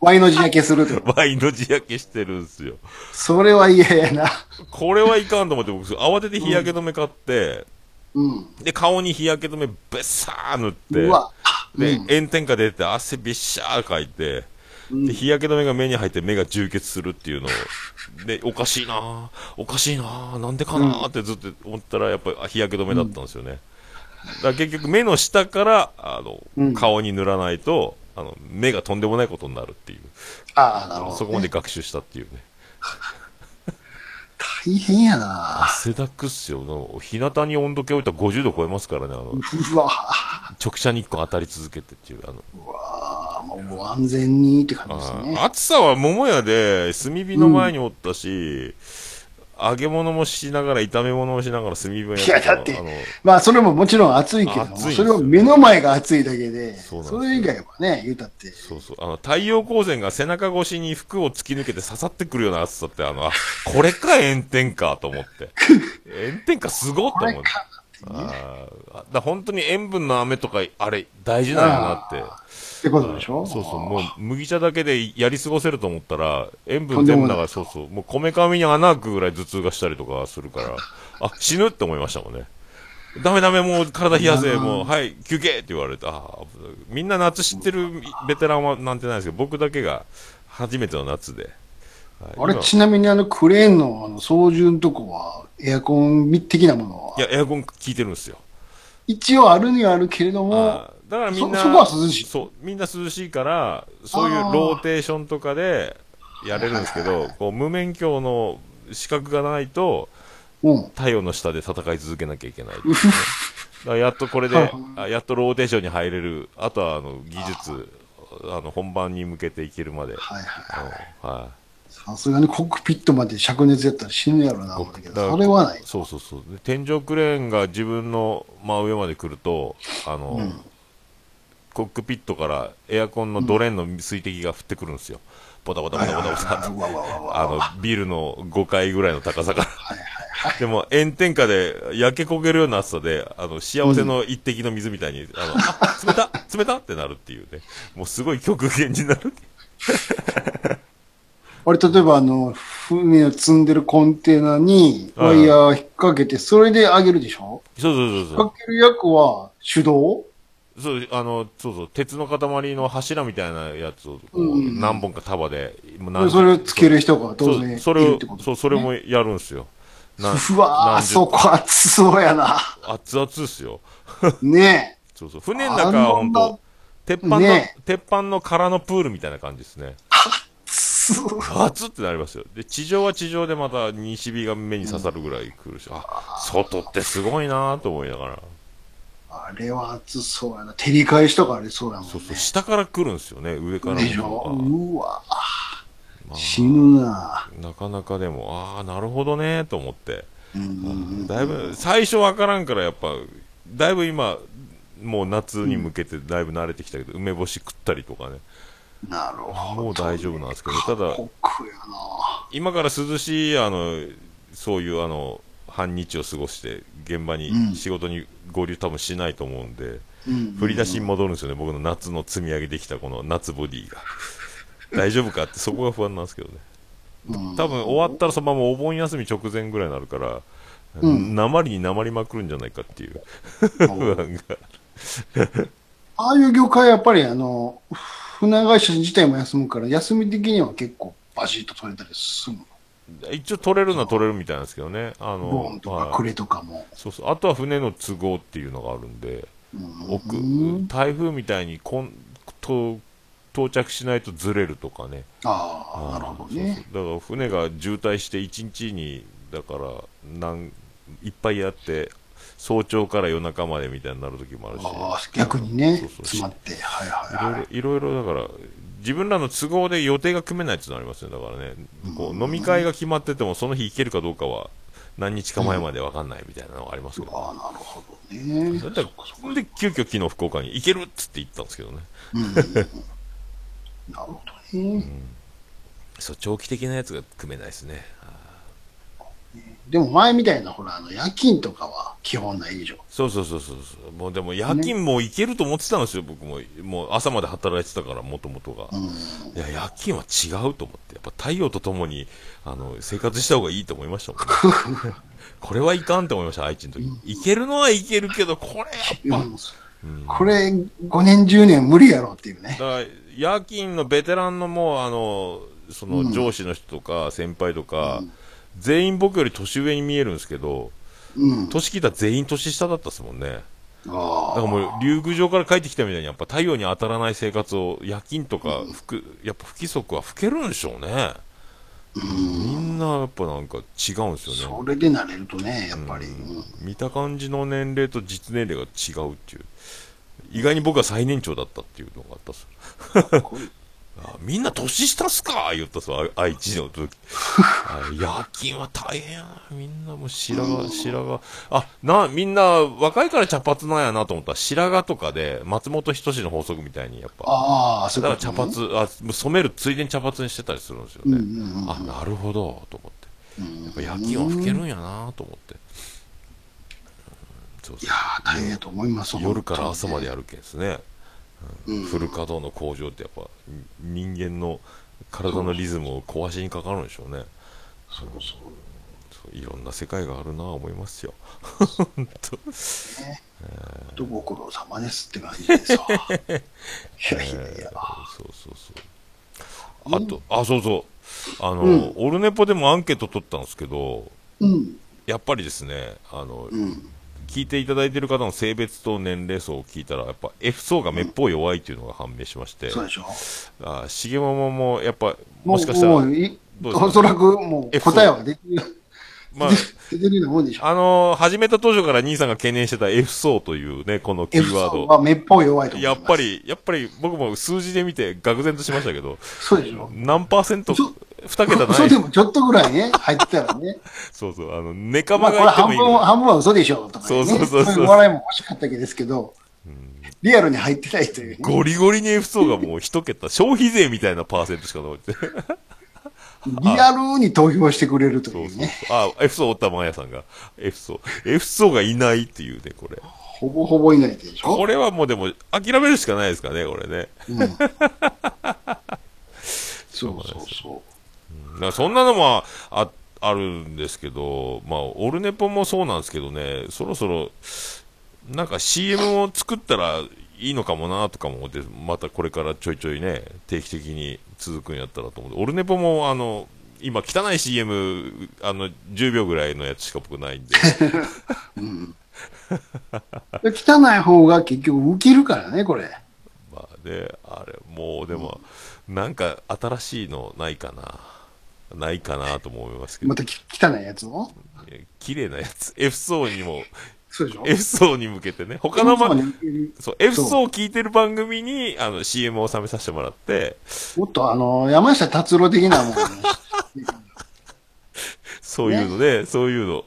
Speaker 1: Y の字焼けすると。
Speaker 2: Y の字焼けしてるんですよ。
Speaker 1: それは嫌やな。
Speaker 2: これはいかんと思って、僕、慌てて日焼け止め買って、
Speaker 1: うん。
Speaker 2: で、顔に日焼け止めべっさー塗って、
Speaker 1: うわ。
Speaker 2: で、炎天下出て汗びっしゃーかいて、で、日焼け止めが目に入って目が充血するっていうのを、で、おかしいなーおかしいなーなんでかなーってずっと思ったら、やっぱりあ日焼け止めだったんですよね。だから結局目の下から、あ
Speaker 1: う
Speaker 2: の、
Speaker 1: ん
Speaker 2: 顔に塗らないと、あの、目がとんでもないことになるっていう。
Speaker 1: ああ、なるほど、ね。
Speaker 2: そこまで学習したっていうね。
Speaker 1: 大変やな。
Speaker 2: 汗だくっすよ。の日向に温度計置いたら50度超えますからね、あの、
Speaker 1: うわ。
Speaker 2: 直射日光当たり続けてっていう、あの、
Speaker 1: あもうもう安全にって感じです
Speaker 2: あ
Speaker 1: ね。
Speaker 2: 暑さは桃屋で炭火の前におったし、揚げ物もしながら炒め物もしながら炭火もや
Speaker 1: いや、だっ
Speaker 2: あ
Speaker 1: て
Speaker 2: の、
Speaker 1: まあ、それももちろん暑いけど
Speaker 2: 暑いん
Speaker 1: も、
Speaker 2: ですよ
Speaker 1: それを目の前が暑いだけで、
Speaker 2: そう
Speaker 1: そ
Speaker 2: なんですよ
Speaker 1: れ以外はね、言うたって、
Speaker 2: そうそうあの太陽光線が背中越しに服を突き抜けて刺さってくるような暑さってあのあこれか炎天下と思って 炎天下すごっと
Speaker 1: これ
Speaker 2: 思って
Speaker 1: かってね、
Speaker 2: あーだから本当に塩分の雨とかあれ大事なんだなって
Speaker 1: ってことでしょ
Speaker 2: そうそう、もう麦茶だけでやり過ごせると思ったら、塩分全部だから、そうそう、もうこめかみに穴開くぐらい頭痛がしたりとかする から、あ、死ぬって思いましたもんね。ダメダメ、もう体冷やせ、もう、はい、休憩って言われて、あー危ないみんな夏知ってるベテランはなんてないですけど、僕だけが初めての夏で。はい
Speaker 1: あれ、
Speaker 2: 今、
Speaker 1: ちなみにあのクレーンのあの操縦のとこは、エアコン的なものはい
Speaker 2: や、エアコン効いてるんですよ。
Speaker 1: 一応あるにはあるけれども
Speaker 2: あ、ーだからみんな
Speaker 1: そそこは涼しい
Speaker 2: そうみんな涼しいからそういうローテーションとかでやれるんですけどこう無免許の資格がないと
Speaker 1: うん。
Speaker 2: 太陽の下で戦い続けなきゃいけないっていうね、だからやっとこれ
Speaker 1: は
Speaker 2: で
Speaker 1: い
Speaker 2: あやっとローテーションに入れるあとはあの技術あの本番に向けていけるまで、
Speaker 1: はいはい。
Speaker 2: うんはい
Speaker 1: さすがにコックピットまで灼熱やったら死ぬやろうな、思ったけ
Speaker 2: だから
Speaker 1: ど、それはない。
Speaker 2: そうそうそうで天井クレーンが自分の真上まで来るとあの、コックピットからエアコンのドレーンの水滴が降ってくるんですよ、ボタボタボ
Speaker 1: はい
Speaker 2: タ
Speaker 1: はい
Speaker 2: ボタボタ
Speaker 1: はいわわわわ
Speaker 2: あのビルの5階ぐらいの高さからでも炎天下で焼け焦げるような暑さであの幸せの一滴の水みたいに、あのあ 冷た冷たってなるっていうねもうすごい極限になるっていう
Speaker 1: あれ、例えばあの、船を積んでるコンテナに
Speaker 2: は
Speaker 1: ワ
Speaker 2: い
Speaker 1: イヤー引っ掛けて、それで上げるでしょ
Speaker 2: そうそうそうそう
Speaker 1: かける役は手動
Speaker 2: そう、あの、そうそう、鉄の塊の柱みたいなやつを、こう
Speaker 1: うん
Speaker 2: 何本か束で、もう何
Speaker 1: でそれをつける人が当
Speaker 2: そう
Speaker 1: 然い
Speaker 2: それ
Speaker 1: る
Speaker 2: を
Speaker 1: ってこと、
Speaker 2: そう、それもやるんですよ。な
Speaker 1: う
Speaker 2: 何
Speaker 1: わぁ、
Speaker 2: 十
Speaker 1: そこ熱そうやな。
Speaker 2: 熱々ですよ。
Speaker 1: ね
Speaker 2: そうそう。船の中は本
Speaker 1: あんな
Speaker 2: 当鉄板の、
Speaker 1: ね
Speaker 2: 鉄板の空のプールみたいな感じですね。
Speaker 1: え。す
Speaker 2: 熱ってなりますよ。で、地上は地上でまた西日が目に刺さるぐらい来るし、あ、外ってすごいなぁと思いながら。
Speaker 1: あれは熱そうやな。照り返しとかありそうやもんね。
Speaker 2: そうそう、下から来るんですよね、上からも。
Speaker 1: でしょうわ
Speaker 2: まあ
Speaker 1: 死ぬな
Speaker 2: なかなかでも、ああ、なるほどね、と思って。
Speaker 1: ぁ。うん
Speaker 2: だいぶ、最初わからんから、やっぱ、だいぶ今、もう夏に向けてだいぶ慣れてきたけど、梅干し食ったりとかね、
Speaker 1: なるほど。
Speaker 2: もう大丈夫なんですけど、ただ、
Speaker 1: 濃くやな
Speaker 2: 今から涼しい、あの、そういう、あの、半日を過ごして、現場
Speaker 1: う
Speaker 2: に、
Speaker 1: ん
Speaker 2: 仕事に合流多分しないと思うんで、
Speaker 1: ぁ。
Speaker 2: 振り出しに戻るんですよね、僕の夏の積み上げできたこの夏ボディ が。大丈夫かって、そこが不安なんですけどね。
Speaker 1: うん
Speaker 2: 多分終わったらそのままお盆休み直前ぐらいになるから、
Speaker 1: うん
Speaker 2: 鉛に鉛まくるんじゃないかっていう不 安が。
Speaker 1: ああいう業界はやっぱりあの、船会社自体も休むから、休み的には結構バシッと取れたりするの。
Speaker 2: 一応取れるのは取れるみたいなんですけどね。あ
Speaker 1: ボ
Speaker 2: の
Speaker 1: ーン、とか
Speaker 2: ま
Speaker 1: ク
Speaker 2: あ、
Speaker 1: レとかも。
Speaker 2: そうそう。あとは船の都合っていうのがあるんで、奥、台風みたいにこんと到着しないとずれるとかね。
Speaker 1: ああ、なるほどね。
Speaker 2: そうそうだから船が渋滞して1日に、だから、なん、いっぱいやって、早朝から夜中までみたいになる時もあるし。
Speaker 1: ああ、逆にね
Speaker 2: そうそう、
Speaker 1: 詰まって。はいはいはい。
Speaker 2: いろいろ、いろいろだから、自分らの都合で予定が組めないっていうのありますよ、だからね、こう飲み会が決まってても、その日行けるかどうかは、何日か前まで分かんないみたいなのがありますけど、
Speaker 1: ああ、なるほどね。
Speaker 2: だったら、それで急遽昨日福岡に行けるっつって行ったんですけどね、
Speaker 1: なるほどね。
Speaker 2: そう長期的なやつが組めないですね、
Speaker 1: でも前みたいな、ほら、あの、夜勤とかは基本ない以上。
Speaker 2: そうそうそうそうそう。もうでも夜勤もいけると思ってたんですよ、僕も。もう朝まで働いてたから、もともとが。いや、夜勤は違うと思って。やっぱ太陽とともに、あの、生活した方がいいと思いましたもん、 ね、これはいかんと思いました、愛知の時。いけるのはいけるけど、これやっぱ。
Speaker 1: うんこれ、5年、10年無理やろっていうね。
Speaker 2: だから夜勤のベテランのもうあのその上司の人とか先輩とか、全員僕より年上に見えるんですけど、
Speaker 1: うん。
Speaker 2: 年聞いたら全員年下だったですもんねだ
Speaker 1: あ
Speaker 2: から
Speaker 1: あ。
Speaker 2: もう竜宮城から帰ってきたみたいにやっぱ太陽に当たらない生活を夜勤とかふく、やっぱ不規則は老けるんでしょうね、みんなやっぱなんか違うんですよね
Speaker 1: それで慣れるとね、やっぱり。うん
Speaker 2: 見た感じの年齢と実年齢が違うっていう意外に僕は最年長だったっていうのがあったっす
Speaker 1: こう
Speaker 2: あみんな年下っすか言ったそう、あ愛知の 時。あ夜勤は大変やな。みんなもう白髪、白髪。あ、な、みんな若いから茶髪なんやなと思ったら、白髪とかで、松本人志の法則みたいに、やっぱ。
Speaker 1: ああ、そ
Speaker 2: だか
Speaker 1: ういう
Speaker 2: ら
Speaker 1: こ
Speaker 2: 茶
Speaker 1: とね
Speaker 2: 髪、あ、もう染めるついでに茶髪にしてたりするんですよね。あ、なるほど、と思って。やっぱ夜勤は老けるんやなと思って。うんそうそう
Speaker 1: いやー、大変やと思います。
Speaker 2: 夜から
Speaker 1: 本当
Speaker 2: 朝
Speaker 1: に
Speaker 2: までやるけんですね、うんフル稼働の工場ってやっぱ人間の体のリズムを壊しにかかるんでしょうね
Speaker 1: そうそう
Speaker 2: そういろんな世界があるなぁ思いますよ本当
Speaker 1: 本当ご苦労様ですって感じでさ。 いやいやいや。
Speaker 2: そうそうそうあとあそうそうあの、オルネポでもアンケート取ったんですけど
Speaker 1: うん。
Speaker 2: やっぱりですねあの、
Speaker 1: うん。
Speaker 2: 聞いていただいてる方の性別と年齢層を聞いたらやっぱ F 層がめっぽう弱いというのが判明しまして、
Speaker 1: そうでしょ。
Speaker 2: あ重桃もやっぱ
Speaker 1: も
Speaker 2: も
Speaker 1: う
Speaker 2: しかしたら
Speaker 1: もうい
Speaker 2: どうですか
Speaker 1: おそらくもう
Speaker 2: F4
Speaker 1: 答えはできる。
Speaker 2: まあ、
Speaker 1: 出てるようなもんでしょ。
Speaker 2: あのー始めた当初から兄さんが懸念してた F 層というね、このキ
Speaker 1: F
Speaker 2: ーワ
Speaker 1: さん
Speaker 2: ー
Speaker 1: はめっぽう弱いと
Speaker 2: ド。
Speaker 1: 思いま
Speaker 2: や
Speaker 1: す
Speaker 2: っぱ。り、やっぱり僕も数字で見て愕然としましたけど、
Speaker 1: そうでしょ。
Speaker 2: 何パーセント、
Speaker 1: そ
Speaker 2: 二桁な
Speaker 1: 嘘
Speaker 2: い。
Speaker 1: でもちょっとぐらいね、入ってたら ね。
Speaker 2: そうそう、あの、ネカ
Speaker 1: ま
Speaker 2: マ
Speaker 1: あこ
Speaker 2: が言
Speaker 1: れ
Speaker 2: ってもい
Speaker 1: 半
Speaker 2: い
Speaker 1: 分
Speaker 2: ぐ
Speaker 1: は、
Speaker 2: らい。
Speaker 1: 半分は嘘でしょとかね。
Speaker 2: そうそうそうそう
Speaker 1: い笑いも欲しかったわけですけど、リアルに入ってないというね。
Speaker 2: ゴリゴリに F 層がもう一桁、消費税みたいなパーセントしか残ってない。
Speaker 1: リアルに投票してくれると
Speaker 2: そ
Speaker 1: いうう
Speaker 2: そう
Speaker 1: ね。
Speaker 2: そう。あ、F 層おったまやさんが。F 層。F 層がいないっていうね、これ。
Speaker 1: ほぼほぼいないでしょ
Speaker 2: こ。れはもうでも、諦めるしかないですかね、これね。
Speaker 1: そうそうそう。
Speaker 2: だからそんなのもああるんですけど、まあ、オルネポもそうなんですけどね、そろそろ、なんか CM を作ったらいいのかもなとかも思って、またこれからちょいちょいね、定期的に続くんやったらと思って、オルネポもあの、今、汚い CM、あの、10秒ぐらいのやつしか僕ないんで、
Speaker 1: で汚い方が結局浮きるからね、これ。
Speaker 2: まあね、あれ、もうでも、なんか新しいのないかな。ないかなとも思いますけど
Speaker 1: ま、たき汚いやつを。
Speaker 2: え綺麗なやつ、F 層にも
Speaker 1: そうでしょ
Speaker 2: F 層に向けて ね、他の、ま、
Speaker 1: ね
Speaker 2: そう、F
Speaker 1: そう
Speaker 2: 層を聞いてる番組に、あの、CM を収めさせてもらって、
Speaker 1: もっとあの、山下達郎的なもんね。
Speaker 2: そういうので、そういうの。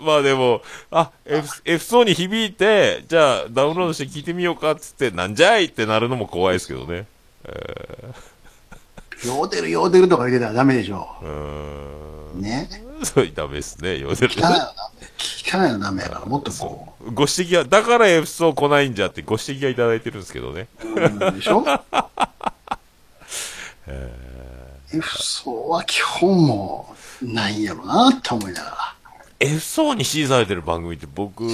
Speaker 2: まあでも、あ、F、F 層に響いて、じゃあダウンロードして聞いてみようかっつって、なんじゃいってなるのも怖いですけどね。
Speaker 1: ようてるようてるとか入れたらダメでしょ。
Speaker 2: うーん。
Speaker 1: ね。
Speaker 2: そう、ダメですね、よせる
Speaker 1: 汚い。のダメ。汚いのダメやから、もっとこ
Speaker 2: ご指摘は、だから F 層来ないんじゃってご指摘はいただいてるんですけどね。
Speaker 1: う。うんでしょ F 層は基本もうないんやろなって思いなが
Speaker 2: F 層に支持されてる番組って僕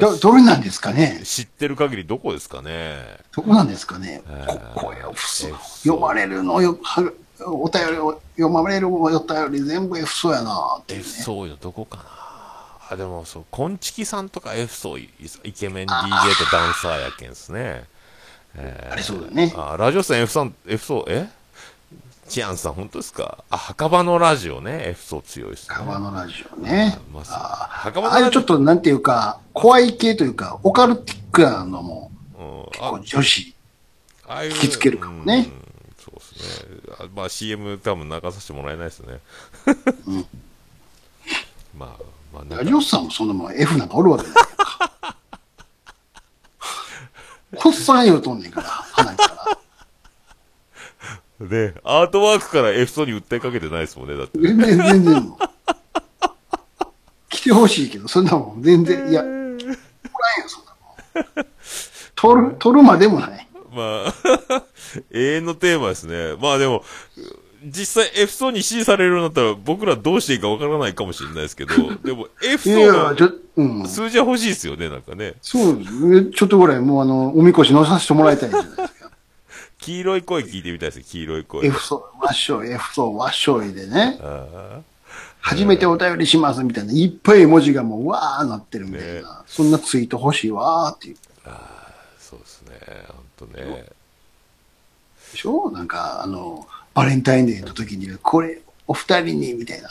Speaker 1: ら。
Speaker 2: が
Speaker 1: ど、どれなんですかね
Speaker 2: 知ってる限りどこですかね。
Speaker 1: どこなんですかねこ
Speaker 2: ー
Speaker 1: こへ F 層
Speaker 2: F 層。
Speaker 1: 読まれるのよ、はお便りを、読まれるお便り全部 F 層やなっていう
Speaker 2: F
Speaker 1: ね。
Speaker 2: 層よ、どこかな。あ、でもそう、コンチキさんとか F 層イ、イケメン DJ とダンサーやけんっすね。
Speaker 1: あれそうだね。
Speaker 2: あ、ラジオさん F さん、F 層、えチアンさん、本当ですかあ、墓場のラジオね、F 層強いっすね。
Speaker 1: 川のラジオね。
Speaker 2: まあそう
Speaker 1: あ
Speaker 2: 墓
Speaker 1: あ
Speaker 2: 場
Speaker 1: ああ
Speaker 2: の
Speaker 1: い
Speaker 2: ラ
Speaker 1: うち
Speaker 2: ジ
Speaker 1: ょっとなんていうか、怖い系というか、オカルティックなのも、
Speaker 2: オ、うん、
Speaker 1: 結
Speaker 2: あ
Speaker 1: 構女子。
Speaker 2: ああいう
Speaker 1: 引きつけるかも
Speaker 2: う
Speaker 1: ね
Speaker 2: んそうですね。あまあ CM 多分流させてもらえないですね。 まあ、まあなんか
Speaker 1: ラジオさんもそんなもん F なんかおるわけ ないやんか。こっさん言うとんねんから、鼻から。
Speaker 2: ね、アートワークから F 層に訴えかけてないですもんね、だって。
Speaker 1: 全然、全然もう。識欲しいけど、そんなもん全然、いや、もらえんよ、そんなもん。取る、取るまでもない。
Speaker 2: まあ、 永遠のテーマですね。まあでも、実際 F 層に支持されるようになったら僕らどうしていいかわからないかもしれないですけ ど、でも F
Speaker 1: いやいや、ち
Speaker 2: 層
Speaker 1: ょ、うん
Speaker 2: の。数字は欲しいですよね、なんかね。
Speaker 1: そうですちょっとぐらい、もうあの、おみこし乗させてもらいたいじゃないですか。
Speaker 2: 黄色い声聞いてみたいです黄色い声。
Speaker 1: F 層、わっしょい、F 層、わっしょいでね。初めてお便りしますみたいな、いっぱい絵文字がもうわーなってるみたいな。
Speaker 2: ね
Speaker 1: そんなツイート欲しいわーっていう。
Speaker 2: そうですね、ほんとね。
Speaker 1: でしょなんか、あの、バレンタインデーの時に、これ、お二人に、みたいな、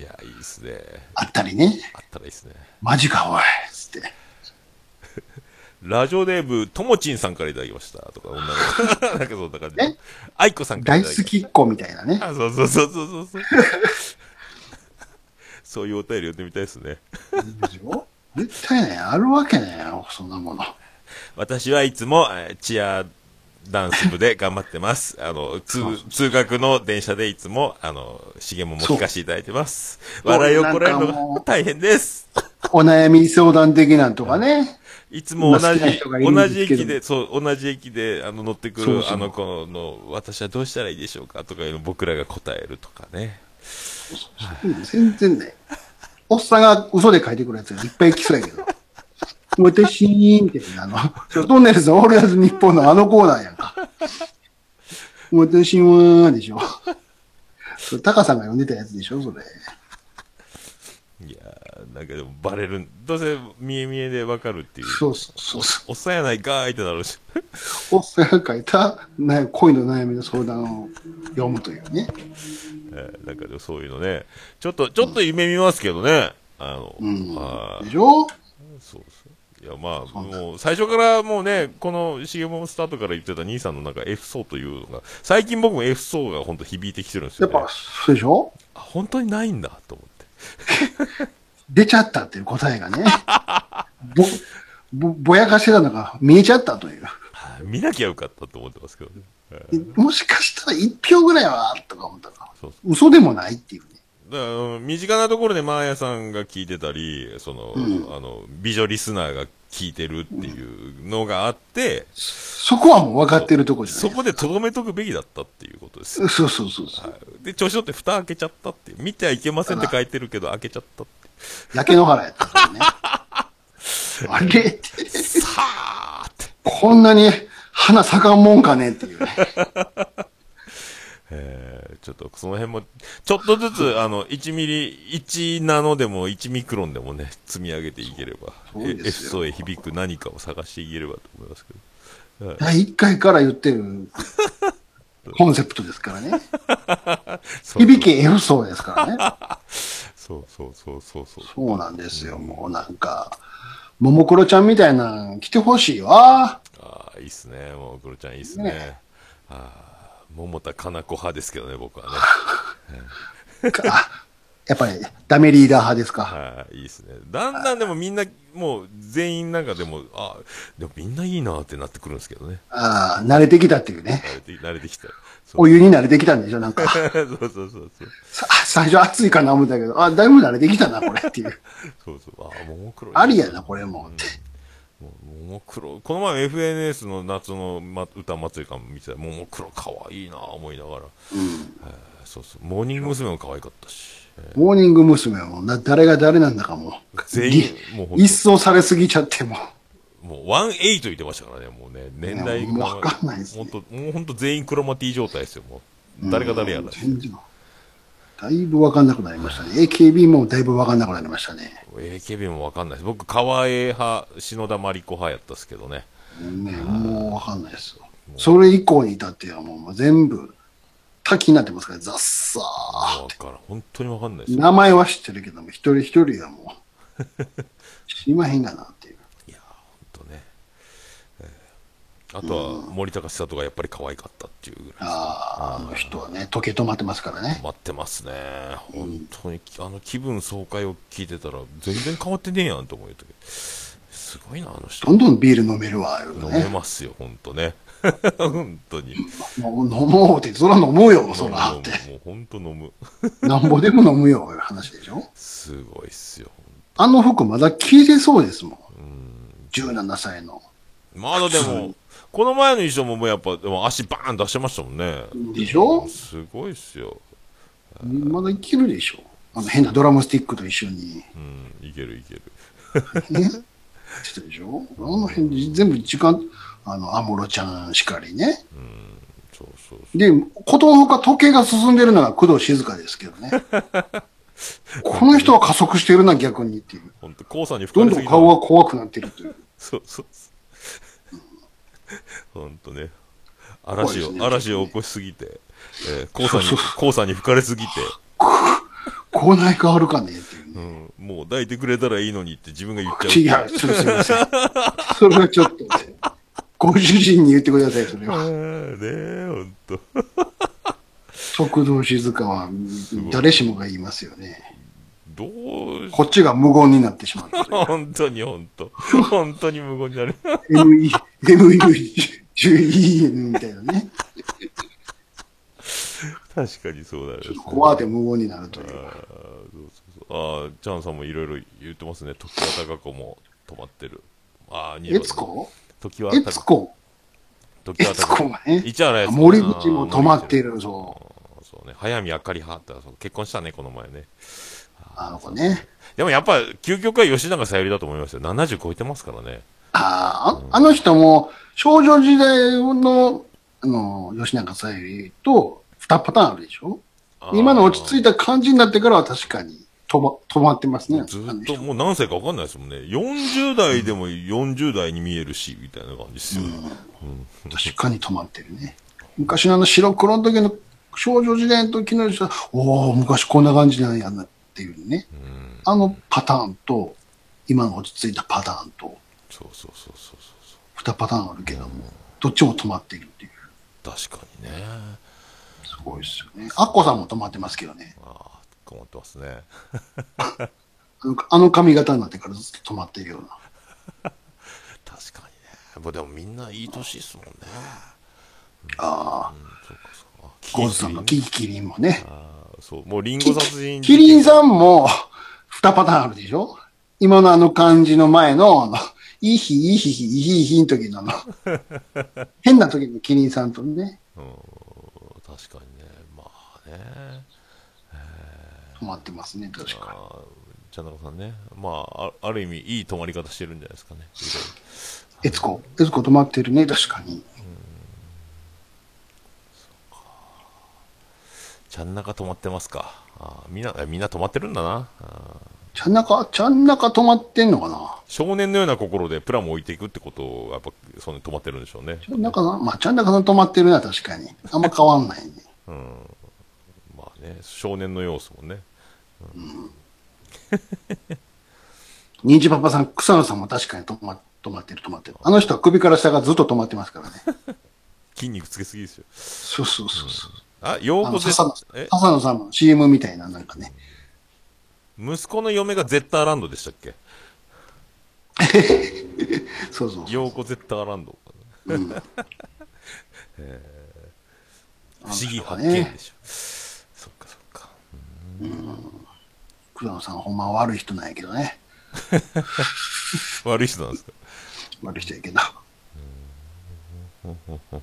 Speaker 2: いや、いいですね。
Speaker 1: あったりね。
Speaker 2: あったらいいですね。
Speaker 1: マジか、おい。つって。
Speaker 2: ラジオネーム、ともちんさんからいただきました。とか、女の子。 なんかそんな感じ
Speaker 1: え。
Speaker 2: あいこさんから
Speaker 1: 大
Speaker 2: いただき
Speaker 1: 好
Speaker 2: まし
Speaker 1: きっ子みたいなね
Speaker 2: た。。あ、そうそうそうそうそう そう。そういうお便り読んでみたいですね。
Speaker 1: でしょ絶対ね、あるわけねえよ、そんなもの。
Speaker 2: 私はいつも、えーチアダンス部で頑張ってます。 あの、通
Speaker 1: そうそう、
Speaker 2: 通学の電車でいつも、あの、しげもも聞かせていただいてます。
Speaker 1: そう
Speaker 2: 笑いをこらえる
Speaker 1: なんか
Speaker 2: の
Speaker 1: も
Speaker 2: が
Speaker 1: う
Speaker 2: 大変です。
Speaker 1: お悩み相談的なんとかね。
Speaker 2: いつも同
Speaker 1: 好
Speaker 2: じ
Speaker 1: きな人がい、るん
Speaker 2: 同
Speaker 1: です
Speaker 2: じ
Speaker 1: けど
Speaker 2: 駅で、そう、同じ駅で、あの、乗ってくる、
Speaker 1: そうそう
Speaker 2: あの子の、私はどうしたらいいでしょうかとかいうのを僕らが答えるとかね。
Speaker 1: うん全然ね。おっさんが嘘で書いてくるやつがいっぱい来そうやけど。私に、みたいな、あの、トンネルズのオールナイズ日本のあのコーナーやんか。私は、でしょ。それ、タカさんが読んでたやつでしょ、それ。
Speaker 2: いやー、なんかでもバレる。どうせ、見え見えでわかるっていう。
Speaker 1: そうそうそうそ
Speaker 2: おっさんやないかーいってなるし。
Speaker 1: う。おっさんが書いた、な恋の悩みの相談を読むというね。
Speaker 2: えーなんかでもそういうのね、ちょっと、ちょっと夢見ますけどね、あの、
Speaker 1: うん
Speaker 2: はい
Speaker 1: でしょ
Speaker 2: そうそう。いや、まあ、もう、最初からもうね、この、シゲモンスタートから言ってた兄さんのなんか F 層というのが、最近僕も F 層が本当響いてきてるんです
Speaker 1: や
Speaker 2: よ、
Speaker 1: っ
Speaker 2: ね。
Speaker 1: ぱ、そうでしょ
Speaker 2: あ、本当にないんだ、と思って。
Speaker 1: 出ちゃったっていう答えがね。ぼ、ぼ、ぼやかしてたのが見えちゃったという。
Speaker 2: あ見なきゃよかったと思ってますけどね。えー
Speaker 1: もしかしたら1票ぐらいはとか思ったら、
Speaker 2: そうそう
Speaker 1: 嘘でもないっていうね。
Speaker 2: だからうん身近なところでマーヤさんが聞いてたり、その、あの、美女リスナーが聞いてるっていうのがあって、
Speaker 1: そこはもう分かってるとこじゃな
Speaker 2: そ
Speaker 1: い
Speaker 2: こでとどめとくべきだったっていうことですよ
Speaker 1: そうそうそうそう。
Speaker 2: で、調子乗って蓋開けちゃったって。見てはいけませんって書いてるけど、開けちゃったって。
Speaker 1: 焼け野原やっ たからね。あれって、
Speaker 2: さあって。
Speaker 1: こんなに花咲かんもんかねっていうね。
Speaker 2: えー、ちょっとその辺も、ちょっとずつ、あの、1ミリ、1ナノでも1ミクロンでもね、積み上げていければ、
Speaker 1: そうそうですよ
Speaker 2: F 層へ響く何かを探していければと思いますけど。
Speaker 1: 第1回から言っ てるコンセプトですからね。
Speaker 2: そう
Speaker 1: 響け F 層ですからね。
Speaker 2: そうそうそうそうそう。
Speaker 1: そうなんですよ。もうなんか、ももクロちゃんみたいなの来てほしいわ。
Speaker 2: ああ、いいっすね。もう、クロちゃんいいっす
Speaker 1: ね
Speaker 2: ね。ああ、桃田かな子派ですけどね、僕はね。
Speaker 1: あやっぱりダメリーダー派ですか。
Speaker 2: はい、いいですね。だんだんでもみんな、もう全員なんかでも、あ、でもみんないいなってなってくるんですけどね。
Speaker 1: ああ、慣れてきたっていうね。
Speaker 2: 慣れて、慣れてきた。そう。
Speaker 1: お湯に慣れてきたんでしょなんか。
Speaker 2: そうそうそうそう。
Speaker 1: さ最初暑いかな思ったけど、あ、だいぶ慣れてきたな、これって いう。
Speaker 2: そうそう。あ、ももクロ。
Speaker 1: ありやな、これも。
Speaker 2: もう。ももクロ。この前 FNS の夏の、ま、歌祭りかも見てたら、ももクロ可愛いな思いながら。えーそうそう。モーニング娘。も可愛かったし。えー
Speaker 1: モーニング娘。もな、誰が誰なんだかもう。
Speaker 2: 全員
Speaker 1: り
Speaker 2: もうほんと
Speaker 1: 一層されすぎちゃっても。
Speaker 2: もう、ワンエイト言ってましたからね、もうね。年代
Speaker 1: ねもうわかんないですね
Speaker 2: もっともうほんと全員クロマティ状態ですよ、もう。誰が誰やら。
Speaker 1: 全然だいぶわかんなくなりましたね。AKB もだいぶわかんなくなりましたね。
Speaker 2: AKB もわかんないです。僕、川栄派、篠田麻里子派やったっすけどね。
Speaker 1: ね、もうわかんないですよ。それ以降に至ってはもう全部、滝になってますから、ザッサー。
Speaker 2: わからん。本当にわかんないですよ。
Speaker 1: 名前は知ってるけども、一人一人はも う、知りまへんがなっていう。
Speaker 2: いやー、ほんとね。えーあとは、森高千里がやっぱり可愛かったっていうぐらい。
Speaker 1: あーあの人はね、時計止まってますからね。
Speaker 2: 待ってますね。本当に、あの気分爽快を聞いてたら、全然変わってねえやんと思うけど。すごいな、あの人
Speaker 1: ど。んどんビール飲めるわ、いう
Speaker 2: 飲
Speaker 1: の
Speaker 2: め
Speaker 1: ね。
Speaker 2: ますよ、ほんとね。本当に。
Speaker 1: もう飲もうって、そら飲もうよ、そら
Speaker 2: もう
Speaker 1: って。
Speaker 2: もうほんと飲む。
Speaker 1: なんぼでも飲むよ、いう話でしょ。
Speaker 2: すごいっすよ、ほん
Speaker 1: あの服まだ着れそうですもん。17歳の。
Speaker 2: まだで も、この前の衣装ももうやっぱ、でも足バーン出してましたもんね。
Speaker 1: でしょ
Speaker 2: すごいっすよ。
Speaker 1: まだいけるでしょあの変なドラムスティックと一緒に。
Speaker 2: うん、いけるいける。
Speaker 1: ね。してたでしょあの辺全部時間、あの、安室ちゃんしかりね。
Speaker 2: そうそうそ
Speaker 1: で、ことのほか時計が進んでるのが工藤静香ですけどね。この人は加速してるな、逆にっていう
Speaker 2: う。。ほんと、コウさんに吹か
Speaker 1: どん
Speaker 2: れす
Speaker 1: どん
Speaker 2: ぎ
Speaker 1: 顔が怖くなってるという。
Speaker 2: そうそうそう。ほんとね。嵐
Speaker 1: 怖いで
Speaker 2: を、
Speaker 1: すね
Speaker 2: 嵐を起こしすぎて、えー、コウさんに
Speaker 1: そうそ、
Speaker 2: コウさんに吹かれすぎて、
Speaker 1: 口内変わるかねっていう
Speaker 2: う
Speaker 1: ね。
Speaker 2: ん、もう抱いてくれたらいいのにって自分が言っ
Speaker 1: 口、い
Speaker 2: ちゃう。
Speaker 1: や、ちょっとすみません。それはちょっと、ご主人に言ってください、それ
Speaker 2: あ
Speaker 1: は。
Speaker 2: ーねえ、ほんと。
Speaker 1: 速度静かは、誰しもが言いますよね。
Speaker 2: どうし
Speaker 1: こっちが無言になってしまうという。
Speaker 2: 本当に本当。本当に無言になる。
Speaker 1: ME、MEU11EN みたいなね。
Speaker 2: 確かにそうだね。
Speaker 1: 怖で無言になるという。
Speaker 2: あーそうそうそうあー、チャンさんもいろいろ言ってますね。時は高子も止まってる。ああ、二
Speaker 1: え
Speaker 2: 度
Speaker 1: つこ
Speaker 2: 時は
Speaker 1: え
Speaker 2: 高
Speaker 1: つ
Speaker 2: 子。
Speaker 1: こ
Speaker 2: 時
Speaker 1: え
Speaker 2: は
Speaker 1: つ
Speaker 2: 高
Speaker 1: こ
Speaker 2: 子。
Speaker 1: がね。
Speaker 2: 市原悦子
Speaker 1: 森口も止まってる、
Speaker 2: あ
Speaker 1: そう。
Speaker 2: ーそうね。早見あかり派って、そう結婚したね、この前ね。
Speaker 1: あの子ね。
Speaker 2: でもやっぱ、究極は吉永小百合だと思いますよ。70超えてますからね。
Speaker 1: あーあ、あの人も、少女時代の、あの、吉永小百合と、二パターンあるでしょ
Speaker 2: あー
Speaker 1: 今の落ち着いた感じになってからは確かに止ま止まってますね。
Speaker 2: ず
Speaker 1: あの
Speaker 2: っ
Speaker 1: 人
Speaker 2: ともう何歳か分かんないですもんね。40代でも40代に見えるし、みたいな感じですよね。
Speaker 1: 確かに止まってるね。昔のあの白黒の時の少女時代の時の人は、おお、昔こんな感じなんやなっていうね。あのパターンと、今の落ち着いたパターンと、
Speaker 2: そうそうそうそうそう
Speaker 1: 二パターンあるけども、どっちも止まっているっていう。
Speaker 2: そう。確かにね。
Speaker 1: すごいですよね。アッコさんも止まってますけどね。
Speaker 2: ああ、困ってますね。
Speaker 1: あのあの髪型になってからずっと止まっているような。
Speaker 2: 確かにね。もうでもみんないい年ですもんね。
Speaker 1: ああ、
Speaker 2: そうかそうか。
Speaker 1: ゴーズさんのキリキリンもね。
Speaker 2: ああ、そう。もうリンゴ殺人
Speaker 1: キリン
Speaker 2: ん
Speaker 1: さんも二パターンあるでしょ今のあの感じの前の、あの、いいひ、いいひ、いいひ、いいひの時のあの、変な時のキリンさんとね、
Speaker 2: うん、確かにね。まあね。
Speaker 1: 止まってますね、確か
Speaker 2: ああ、ちゃんなさんね。まあ、あある意味いい止まり方してるんじゃないですかね。
Speaker 1: に。えつこ、えつこ止まってるね、確かに。
Speaker 2: ちゃんなか止まってますか。ああ、みんな、えみんな止まってるんだな。ああ
Speaker 1: ちゃんなか、ちゃんなか止まってんのかな
Speaker 2: 少年のような心でプラモを置いていくってことを、やっぱ、その止まってるんでしょうね。
Speaker 1: ちゃんなかなまあ、ちゃんなかさん止まってるな、確かに。あんま変わんないね。
Speaker 2: まあね、少年の要素もね。
Speaker 1: ニンジパパさん、草野さんも確かに止ま止まってる、止まってる。あの人は首から下がずっと止まってますからね。
Speaker 2: 筋肉つけすぎですよ。
Speaker 1: そうそうそうそう。
Speaker 2: あ、よう
Speaker 1: あ
Speaker 2: こ
Speaker 1: の、
Speaker 2: ぜ
Speaker 1: 笹野、
Speaker 2: え、
Speaker 1: 笹野さんの CM みたいな、なんかね。
Speaker 2: 息子の嫁がゼッターランドでしたっけ
Speaker 1: そうそうそう。
Speaker 2: ようこゼッターランド。不思議発見でしょ。そっかそっか。
Speaker 1: 黒野さん、ほんまは悪い人なんやけどね。
Speaker 2: 悪い人なんですか。
Speaker 1: 悪い人やけど。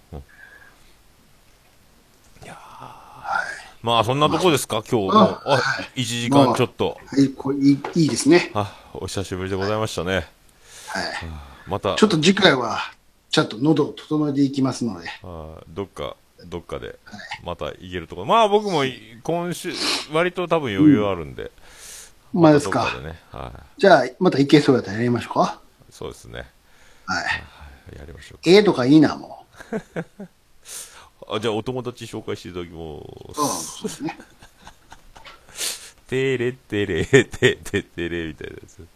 Speaker 2: まあそんなとこですか、今日も。あ、1時間ちょっと。
Speaker 1: はい、これいいいいですね。
Speaker 2: あ、お久しぶりでございましたね。
Speaker 1: はい。
Speaker 2: また
Speaker 1: ちょ、っと次回は、ちゃんと喉を整えていきますので。
Speaker 2: あどっか、どっかで、また行けるところ。まあ僕もい今週、割と多分余裕あるんで。
Speaker 1: ほんまです
Speaker 2: どっ
Speaker 1: か。
Speaker 2: でね。はい。
Speaker 1: じゃあ、またいけそうやったらやりましょうか。
Speaker 2: そうですね。
Speaker 1: はい。
Speaker 2: やりましょう
Speaker 1: ええとかいいな、もう。
Speaker 2: か。あ、じゃあお友達紹介していただきま
Speaker 1: うん、
Speaker 2: す。
Speaker 1: そうですね。
Speaker 2: てれてれ、てててれみたいなやつ。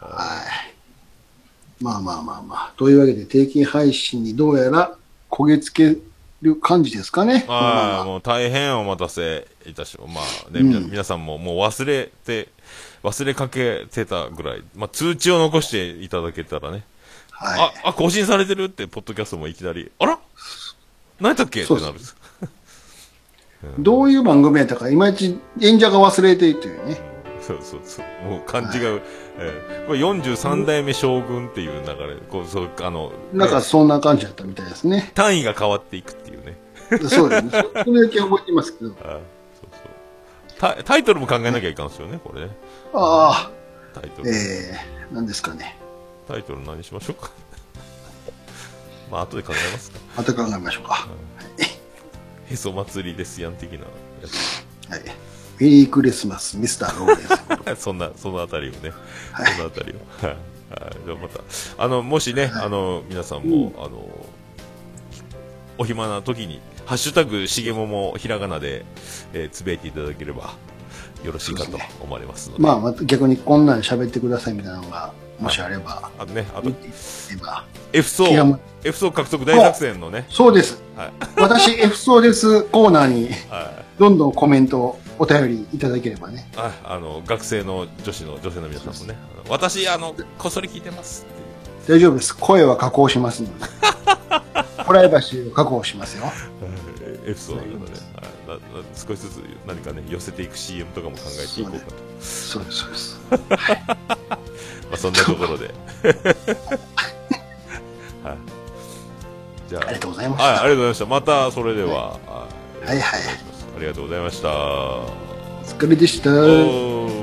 Speaker 1: はい。まあまあまあまあ。というわけで、定期配信にどうやら焦げ付ける感じですかね。
Speaker 2: ああ、もう大変お待たせいたし、まあね、みな皆さんももう忘れて、忘れかけてたぐらい、まあ通知を残していただけたらね、
Speaker 1: は
Speaker 2: あ、あ、更新されてるって、ポッドキャストもいきなり、あら何だっけって
Speaker 1: そう
Speaker 2: なるんです。
Speaker 1: い。どういう番組やったか、いまいち演者が忘れているというね。
Speaker 2: そうそうそう。もう漢字が、えーこれ43代目将軍っていう流れ、こう、そう、あの、
Speaker 1: なんか
Speaker 2: ね
Speaker 1: そんな感じだったみたいで すね。
Speaker 2: 単位が変わっていくっていうね。
Speaker 1: そうですね。そそれだけ覚えてますけど。
Speaker 2: あそうそうタタイトルも考えなきゃいかんですよね、これね。
Speaker 1: ああ、
Speaker 2: タイトル。
Speaker 1: えー、何ですかね。
Speaker 2: タイトル何にしましょうか。 まあ、後で考えますか。
Speaker 1: また考えましょうか。
Speaker 2: へそ祭りですやん的な や
Speaker 1: はい。メリークリスマス、ミスターローレンス。
Speaker 2: つ。そんな、そのあたりをね。そのあたりを。はい。はいじゃあまた。あの、もしね、あの、皆さんも、あの、お暇な時に、ハッシュタグ、しげもも、ひらがなで、えーつぶやいていただければ、よろしいかと思われますので。
Speaker 1: まあ、また逆にこんなん喋ってくださいみたいなのが、もしあれば、
Speaker 2: あとね、あと
Speaker 1: 見、ていければ。
Speaker 2: F 層
Speaker 1: いやもう、
Speaker 2: F 層獲得大作戦のね、
Speaker 1: そうです。
Speaker 2: はい。
Speaker 1: 私、F そうですコーナーに、
Speaker 2: はい
Speaker 1: どんどんコメント、お便りいただければね。
Speaker 2: ああの学生の女子の女性の皆さんもね、あの私あのこっそり聞いてますっていう
Speaker 1: 大丈夫です。声は加工します ので。プライバシーを確保しますよ。
Speaker 2: えーエピソードなので、はいなな少しずつ何かね寄せていく CM とかも考えていこうかと、
Speaker 1: そうです、そうです。
Speaker 2: まあそんなところで、 はい、じゃあ
Speaker 1: ありがとうございまし
Speaker 2: はい、あ
Speaker 1: た。
Speaker 2: りがとうございました。またそれでは、はい
Speaker 1: はいはい。
Speaker 2: ありがとうございました。
Speaker 1: お疲れでした。
Speaker 2: おー